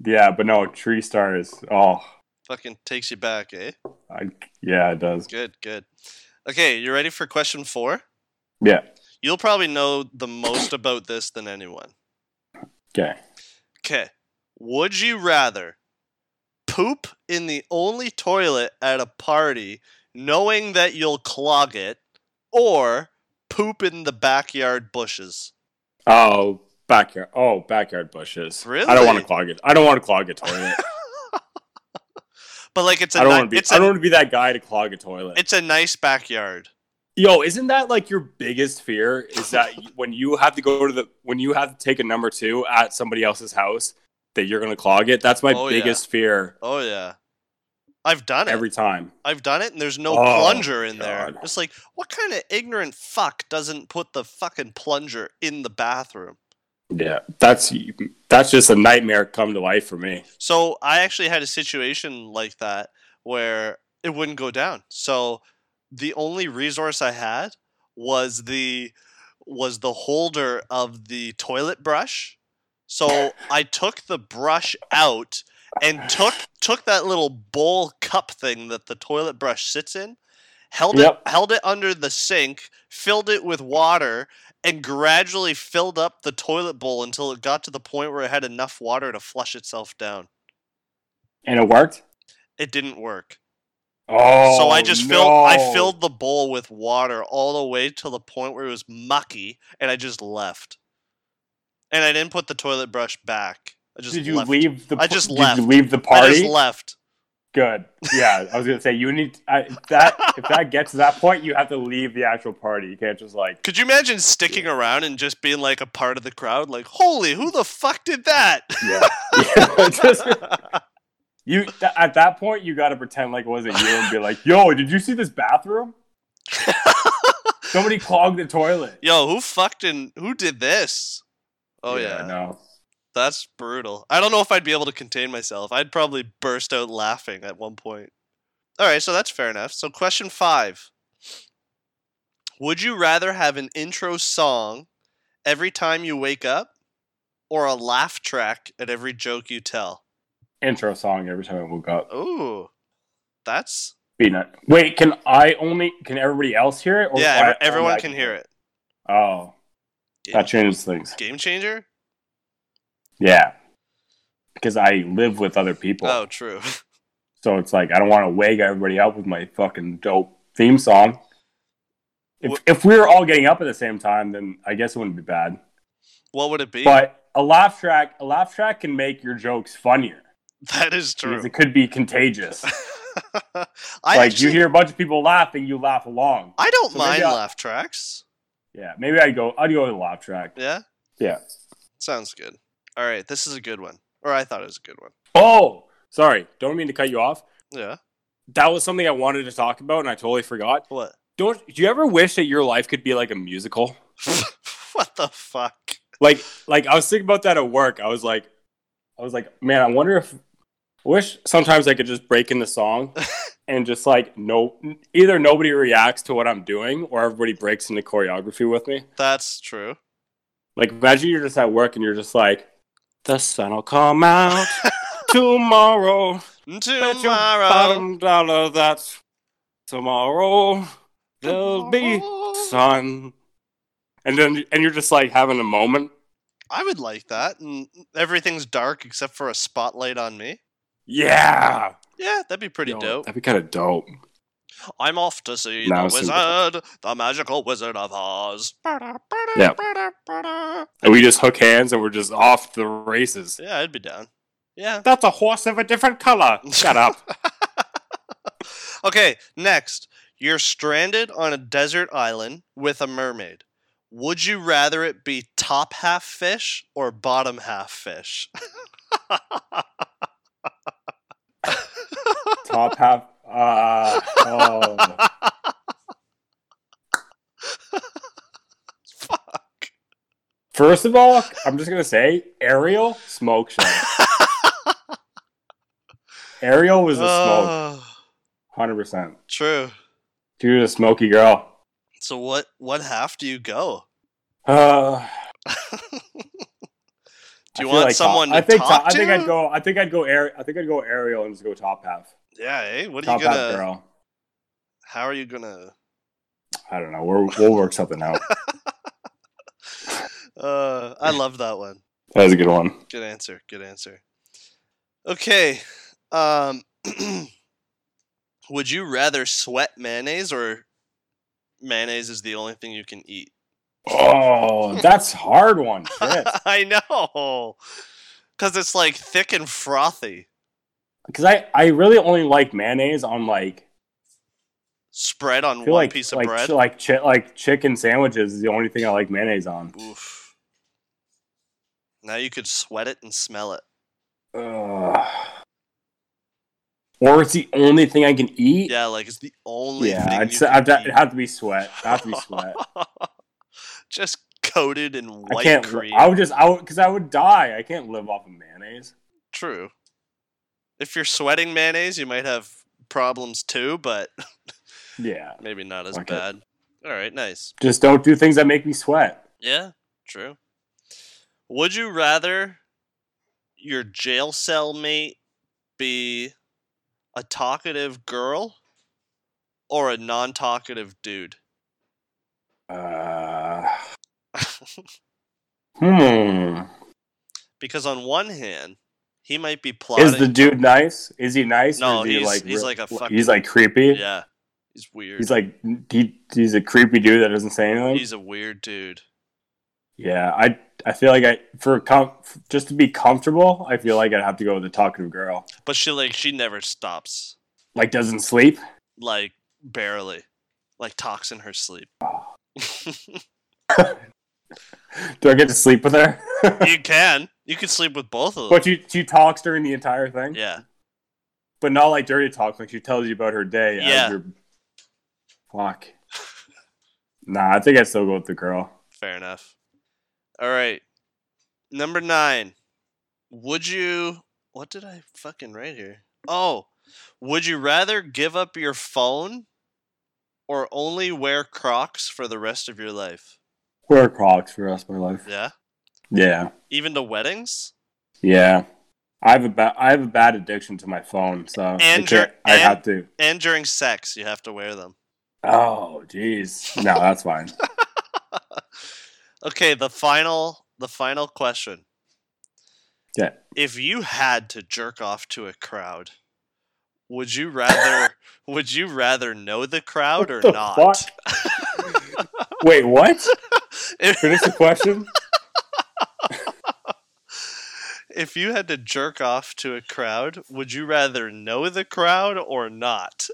[SPEAKER 2] Yeah, but no, tree stars. Oh,
[SPEAKER 1] Fucking takes you back, eh?
[SPEAKER 2] I, yeah, it does.
[SPEAKER 1] Good, good. Okay, you ready for question four?
[SPEAKER 2] Yeah.
[SPEAKER 1] You'll probably know the most about this than anyone.
[SPEAKER 2] Okay.
[SPEAKER 1] Okay. Would you rather poop in the only toilet at a party knowing that you'll clog it or poop in the backyard bushes?
[SPEAKER 2] Oh, backyard. Oh, backyard bushes. I
[SPEAKER 1] Really?
[SPEAKER 2] don't want to clog it. I don't want to clog a toilet.
[SPEAKER 1] But like it's a
[SPEAKER 2] I don't
[SPEAKER 1] ni-
[SPEAKER 2] want to be.
[SPEAKER 1] it's
[SPEAKER 2] I
[SPEAKER 1] a,
[SPEAKER 2] don't want to be that guy to clog a toilet.
[SPEAKER 1] it's a nice backyard.
[SPEAKER 2] Yo, isn't that like your biggest fear? Is that you- when you have to go to the when you have to take a number two at somebody else's house that you're gonna clog it? That's my
[SPEAKER 1] Oh, yeah.
[SPEAKER 2] biggest fear
[SPEAKER 1] Oh yeah. I've done it.
[SPEAKER 2] every time.
[SPEAKER 1] I've done it and there's no
[SPEAKER 2] Oh,
[SPEAKER 1] plunger in there.
[SPEAKER 2] God.
[SPEAKER 1] It's like what kind of ignorant fuck doesn't put the fucking plunger in the bathroom?
[SPEAKER 2] Yeah, that's that's just a nightmare come to life for me.
[SPEAKER 1] So I actually had a situation like that where it wouldn't go down. So the only resource I had was the was the holder of the toilet brush. So I took the brush out and took took that little bowl cup thing that the toilet brush sits in, held
[SPEAKER 2] Yep.
[SPEAKER 1] it held it under the sink, filled it with water, and gradually filled up the toilet bowl until it got to the point where it had enough water to flush itself down.
[SPEAKER 2] And it worked.
[SPEAKER 1] It didn't work.
[SPEAKER 2] Oh,
[SPEAKER 1] so I just filled I
[SPEAKER 2] no.
[SPEAKER 1] filled the bowl with water all the way to the point where it was mucky and I just left. And I didn't put the toilet brush back. I just
[SPEAKER 2] Did you
[SPEAKER 1] left.
[SPEAKER 2] leave the?
[SPEAKER 1] I just
[SPEAKER 2] did
[SPEAKER 1] left.
[SPEAKER 2] You leave the
[SPEAKER 1] I
[SPEAKER 2] party.
[SPEAKER 1] just left.
[SPEAKER 2] Good. Yeah, I was gonna say you need I, if that. if that gets to that point, you have to leave the actual party. You can't just like.
[SPEAKER 1] Could you imagine sticking around and just being like a part of the crowd like, "Holy, who the fuck did that?"
[SPEAKER 2] Yeah. Yeah, just- you th- at that point you got to pretend like it wasn't you and be like, "Yo, did you see this bathroom? Somebody clogged the toilet."
[SPEAKER 1] Yo, who fucked and who did this? Oh yeah.
[SPEAKER 2] no.
[SPEAKER 1] That's brutal. I don't know if I'd be able to contain myself. I'd probably burst out laughing at one point. All right, so that's fair enough. So, question five Would you rather have an intro song every time you wake up or a laugh track at every joke you tell?
[SPEAKER 2] Intro song every time I woke up.
[SPEAKER 1] Ooh, that's.
[SPEAKER 2] Peanut. Wait, can I only? Can everybody else hear it?
[SPEAKER 1] yeah,
[SPEAKER 2] Oh, I-
[SPEAKER 1] ev- everyone
[SPEAKER 2] I-
[SPEAKER 1] can hear it.
[SPEAKER 2] Oh,
[SPEAKER 1] Yeah.
[SPEAKER 2] that changes things.
[SPEAKER 1] Game changer?
[SPEAKER 2] Yeah, because I live with other people.
[SPEAKER 1] Oh, true.
[SPEAKER 2] So it's like I don't want to wake everybody up with my fucking dope theme song. If,
[SPEAKER 1] What-
[SPEAKER 2] if we were all getting up at the same time, then I guess it wouldn't be bad.
[SPEAKER 1] what would it be?
[SPEAKER 2] But a laugh track, a laugh track can make your jokes funnier
[SPEAKER 1] that is true.
[SPEAKER 2] because it could be contagious.
[SPEAKER 1] I
[SPEAKER 2] like
[SPEAKER 1] actually,
[SPEAKER 2] you hear a bunch of people laughing, you laugh along.
[SPEAKER 1] I don't
[SPEAKER 2] So maybe
[SPEAKER 1] mind
[SPEAKER 2] I'll-
[SPEAKER 1] laugh tracks.
[SPEAKER 2] Yeah, maybe I'd go. I'd go with a laugh track.
[SPEAKER 1] Yeah?
[SPEAKER 2] Yeah.
[SPEAKER 1] Sounds good. All right, this is a good one. Or I thought it was a good one.
[SPEAKER 2] Oh, sorry, don't mean to cut you off.
[SPEAKER 1] Yeah.
[SPEAKER 2] That was something I wanted to talk about, and I totally forgot.
[SPEAKER 1] What?
[SPEAKER 2] Don't do you ever wish that your life could be like a musical?
[SPEAKER 1] what the fuck?
[SPEAKER 2] like like I was thinking about that at work. I was like, I was like, man, I wonder if I wish sometimes I could just break in the song and just like no, either nobody reacts to what I'm doing or everybody breaks into choreography with me.
[SPEAKER 1] That's true.
[SPEAKER 2] Like imagine you're just at work and you're just like, the sun'll come out tomorrow. Bet your
[SPEAKER 1] Tomorrow.
[SPEAKER 2] bottom dollar that's tomorrow there'll be sun. And then and you're just like having a moment.
[SPEAKER 1] I would like that. And everything's dark except for a spotlight on me.
[SPEAKER 2] Yeah.
[SPEAKER 1] Yeah, that'd be pretty
[SPEAKER 2] Yo,
[SPEAKER 1] dope.
[SPEAKER 2] That'd be kind of dope.
[SPEAKER 1] I'm off to see
[SPEAKER 2] Now
[SPEAKER 1] the
[SPEAKER 2] it's simple.
[SPEAKER 1] wizard, the magical wizard of Oz.
[SPEAKER 2] Yeah.
[SPEAKER 1] Yeah,
[SPEAKER 2] And we just hook hands and we're just off the races.
[SPEAKER 1] I'd be down. Yeah.
[SPEAKER 2] That's a horse of a different color. Shut up.
[SPEAKER 1] Okay, next. You're stranded on a desert island with a mermaid. Would you rather it be top half fish or bottom half fish?
[SPEAKER 2] Top half. Uh, oh.
[SPEAKER 1] Fuck.
[SPEAKER 2] First of all, I'm just gonna say Ariel smoke show. Ariel was a smoke,
[SPEAKER 1] Oh,
[SPEAKER 2] hundred percent.
[SPEAKER 1] true.
[SPEAKER 2] Dude, a smoky girl.
[SPEAKER 1] So what what half do you go?
[SPEAKER 2] Uh,
[SPEAKER 1] Do you
[SPEAKER 2] I Uh, feel
[SPEAKER 1] want
[SPEAKER 2] like top-
[SPEAKER 1] someone
[SPEAKER 2] I
[SPEAKER 1] to
[SPEAKER 2] think
[SPEAKER 1] talk
[SPEAKER 2] I think
[SPEAKER 1] to?
[SPEAKER 2] I'd go. I think I'd go. Air, I think I'd go aerial and just go top half.
[SPEAKER 1] Yeah, eh? What are
[SPEAKER 2] top
[SPEAKER 1] you gonna?
[SPEAKER 2] half girl.
[SPEAKER 1] How are you gonna?
[SPEAKER 2] I don't know. We're, we'll work something out.
[SPEAKER 1] Uh, I love that one.
[SPEAKER 2] That was a good one.
[SPEAKER 1] Good answer. Good answer. Okay. Um, would you rather sweat mayonnaise or mayonnaise is the only thing you can eat?
[SPEAKER 2] Oh, that's a hard one. Shit.
[SPEAKER 1] I know. Because it's like thick and frothy.
[SPEAKER 2] Because I, I really only like mayonnaise on like
[SPEAKER 1] Spread on
[SPEAKER 2] I
[SPEAKER 1] one
[SPEAKER 2] feel like
[SPEAKER 1] piece of
[SPEAKER 2] like
[SPEAKER 1] bread.
[SPEAKER 2] chi- like chi- like chicken sandwiches is the only thing I like mayonnaise on.
[SPEAKER 1] Oof. Now you could sweat it and smell it.
[SPEAKER 2] Ugh. Or it's the only thing I can eat.
[SPEAKER 1] Yeah, like it's the only
[SPEAKER 2] yeah.
[SPEAKER 1] thing
[SPEAKER 2] I'd
[SPEAKER 1] you
[SPEAKER 2] say, I'd,
[SPEAKER 1] can
[SPEAKER 2] it'd have to be sweat. It'd have to be sweat.
[SPEAKER 1] eat. Just coated in
[SPEAKER 2] I
[SPEAKER 1] white
[SPEAKER 2] can't.
[SPEAKER 1] cream.
[SPEAKER 2] I would just. I would because I would die. I can't live off of mayonnaise.
[SPEAKER 1] True. If you're sweating mayonnaise, you might have problems too, but
[SPEAKER 2] Yeah.
[SPEAKER 1] maybe not as
[SPEAKER 2] Fuck it.
[SPEAKER 1] bad. All right, nice.
[SPEAKER 2] Just don't do things that make me sweat.
[SPEAKER 1] Yeah, true. Would you rather your jail cell mate be a talkative girl or a non talkative dude?
[SPEAKER 2] Uh, hmm.
[SPEAKER 1] because on one hand, he might be plotting.
[SPEAKER 2] Is the dude nice? Is he nice?
[SPEAKER 1] No,
[SPEAKER 2] Or is he
[SPEAKER 1] he's-
[SPEAKER 2] like
[SPEAKER 1] he's
[SPEAKER 2] re-
[SPEAKER 1] like a fucking-
[SPEAKER 2] he's like creepy.
[SPEAKER 1] yeah, he's weird.
[SPEAKER 2] He's like he, he's a creepy dude that doesn't say anything.
[SPEAKER 1] he's a weird dude.
[SPEAKER 2] yeah, I I feel like I for com- just to be comfortable, I feel like I'd have to go with a talkative girl.
[SPEAKER 1] But she like she never stops.
[SPEAKER 2] Like doesn't sleep.
[SPEAKER 1] like barely like talks in her sleep
[SPEAKER 2] Do I get to sleep with her?
[SPEAKER 1] you can you can sleep with both of them
[SPEAKER 2] but she she talks during the entire thing.
[SPEAKER 1] yeah
[SPEAKER 2] But not like dirty talk. Like she tells you about her day. as
[SPEAKER 1] Yeah.
[SPEAKER 2] you're- Fuck. Nah, I think I still go with the girl.
[SPEAKER 1] fair enough all right number nine would you what did i fucking write here oh would you rather give up your phone or only wear crocs for the rest of your life
[SPEAKER 2] Wear Crocs for the rest of my life.
[SPEAKER 1] yeah
[SPEAKER 2] Yeah.
[SPEAKER 1] even to weddings
[SPEAKER 2] Yeah, I have a bad I have a bad addiction to my phone, so I
[SPEAKER 1] And
[SPEAKER 2] can't-
[SPEAKER 1] your-
[SPEAKER 2] I
[SPEAKER 1] and-
[SPEAKER 2] have to.
[SPEAKER 1] and during sex you have to wear them
[SPEAKER 2] Oh, jeez, no, that's fine.
[SPEAKER 1] Okay, the final the final question.
[SPEAKER 2] Yeah.
[SPEAKER 1] If you had to jerk off to a crowd, would you rather would you rather know the crowd or
[SPEAKER 2] the
[SPEAKER 1] not?
[SPEAKER 2] fuck? Wait, what?
[SPEAKER 1] If,
[SPEAKER 2] Finish the question.
[SPEAKER 1] if you had to jerk off to a crowd, would you rather know the crowd or not?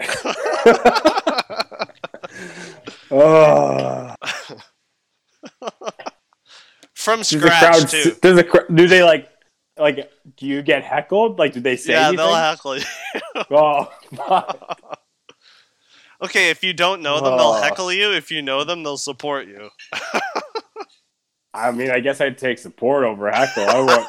[SPEAKER 2] Oh,
[SPEAKER 1] From
[SPEAKER 2] does the crowd?
[SPEAKER 1] scratch too.
[SPEAKER 2] Does the cr- do they like like? Do you get heckled? Like, do they say
[SPEAKER 1] Yeah,
[SPEAKER 2] anything?
[SPEAKER 1] they'll heckle you.
[SPEAKER 2] oh, fuck.
[SPEAKER 1] Okay, if you don't know them, they'll
[SPEAKER 2] Oh.
[SPEAKER 1] heckle you. If you know them, they'll support you.
[SPEAKER 2] I mean, I guess I'd take support over heckle. I want.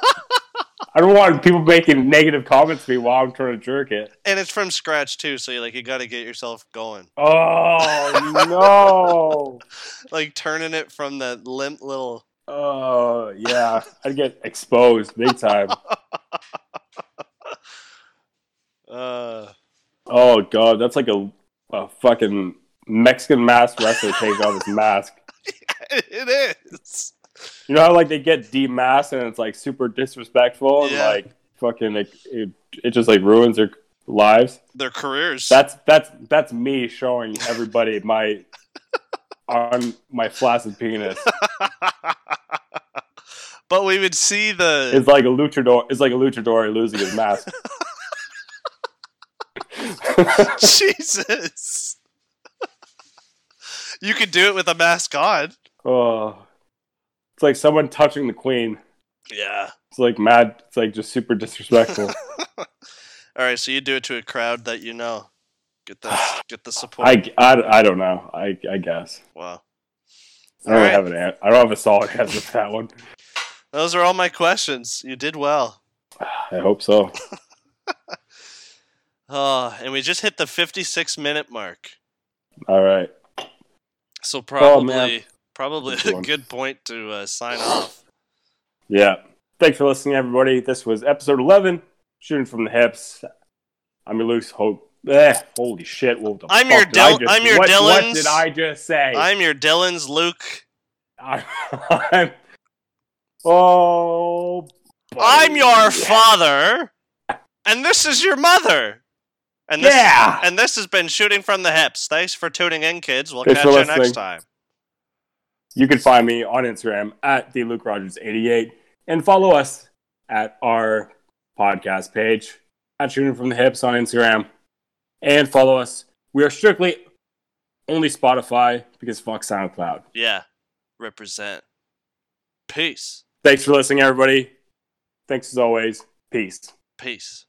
[SPEAKER 2] I don't want people making negative comments to me while I'm trying to jerk it.
[SPEAKER 1] And it's from scratch too, so you like you got to get yourself going.
[SPEAKER 2] Oh no!
[SPEAKER 1] like turning it from the limp little
[SPEAKER 2] Oh yeah, I'd get exposed big time.
[SPEAKER 1] uh
[SPEAKER 2] Oh god, that's like a a fucking Mexican mask wrestler takes off his mask.
[SPEAKER 1] it is
[SPEAKER 2] You know how like they get demasked and it's like super disrespectful and
[SPEAKER 1] Yeah.
[SPEAKER 2] like fucking it, it it just like ruins their lives.
[SPEAKER 1] their careers
[SPEAKER 2] That's that's that's me showing everybody my on my flaccid penis.
[SPEAKER 1] but we would see the
[SPEAKER 2] It's like a luchador. It's like a luchador losing his mask.
[SPEAKER 1] jesus you could do it with a mask on
[SPEAKER 2] Oh, it's like someone touching the queen.
[SPEAKER 1] yeah
[SPEAKER 2] It's like mad. It's like just super disrespectful.
[SPEAKER 1] all right so you do it to a crowd that you know get the get the support
[SPEAKER 2] I, I, I don't know. I I guess
[SPEAKER 1] wow
[SPEAKER 2] I don't
[SPEAKER 1] Alright.
[SPEAKER 2] have an an. I don't have a solid answer for that one.
[SPEAKER 1] those are all my questions you did well
[SPEAKER 2] I hope so.
[SPEAKER 1] oh and we just hit the 56 minute mark
[SPEAKER 2] All right.
[SPEAKER 1] so
[SPEAKER 2] Oh, man.
[SPEAKER 1] probably probably
[SPEAKER 2] Good
[SPEAKER 1] a
[SPEAKER 2] one.
[SPEAKER 1] good point to uh, sign off
[SPEAKER 2] Yeah. Thanks for listening, everybody. This was episode 11, Shooting from the Hips. I'm your Luke's Hope. Eh, holy shit! What the
[SPEAKER 1] I'm
[SPEAKER 2] fuck
[SPEAKER 1] your
[SPEAKER 2] did I
[SPEAKER 1] Dylan-
[SPEAKER 2] just-
[SPEAKER 1] I'm your
[SPEAKER 2] what, What
[SPEAKER 1] Dylan's-
[SPEAKER 2] did I just say?
[SPEAKER 1] I'm your Dylan's Luke.
[SPEAKER 2] I'm, I'm- oh, buddy.
[SPEAKER 1] I'm your father, and this is your mother. And this,
[SPEAKER 2] yeah.
[SPEAKER 1] and this has been shooting from the hips. Thanks for tuning in, kids. We'll
[SPEAKER 2] Thanks
[SPEAKER 1] catch
[SPEAKER 2] for
[SPEAKER 1] you next
[SPEAKER 2] listening.
[SPEAKER 1] time.
[SPEAKER 2] You can find me on Instagram at the Luke Rogers 88 and follow us at our podcast page at Shooting from the Hips on Instagram and follow us. We are strictly only Spotify because fuck SoundCloud.
[SPEAKER 1] Yeah, represent. Peace,
[SPEAKER 2] Thanks for listening, everybody. Thanks as always. Peace.
[SPEAKER 1] peace.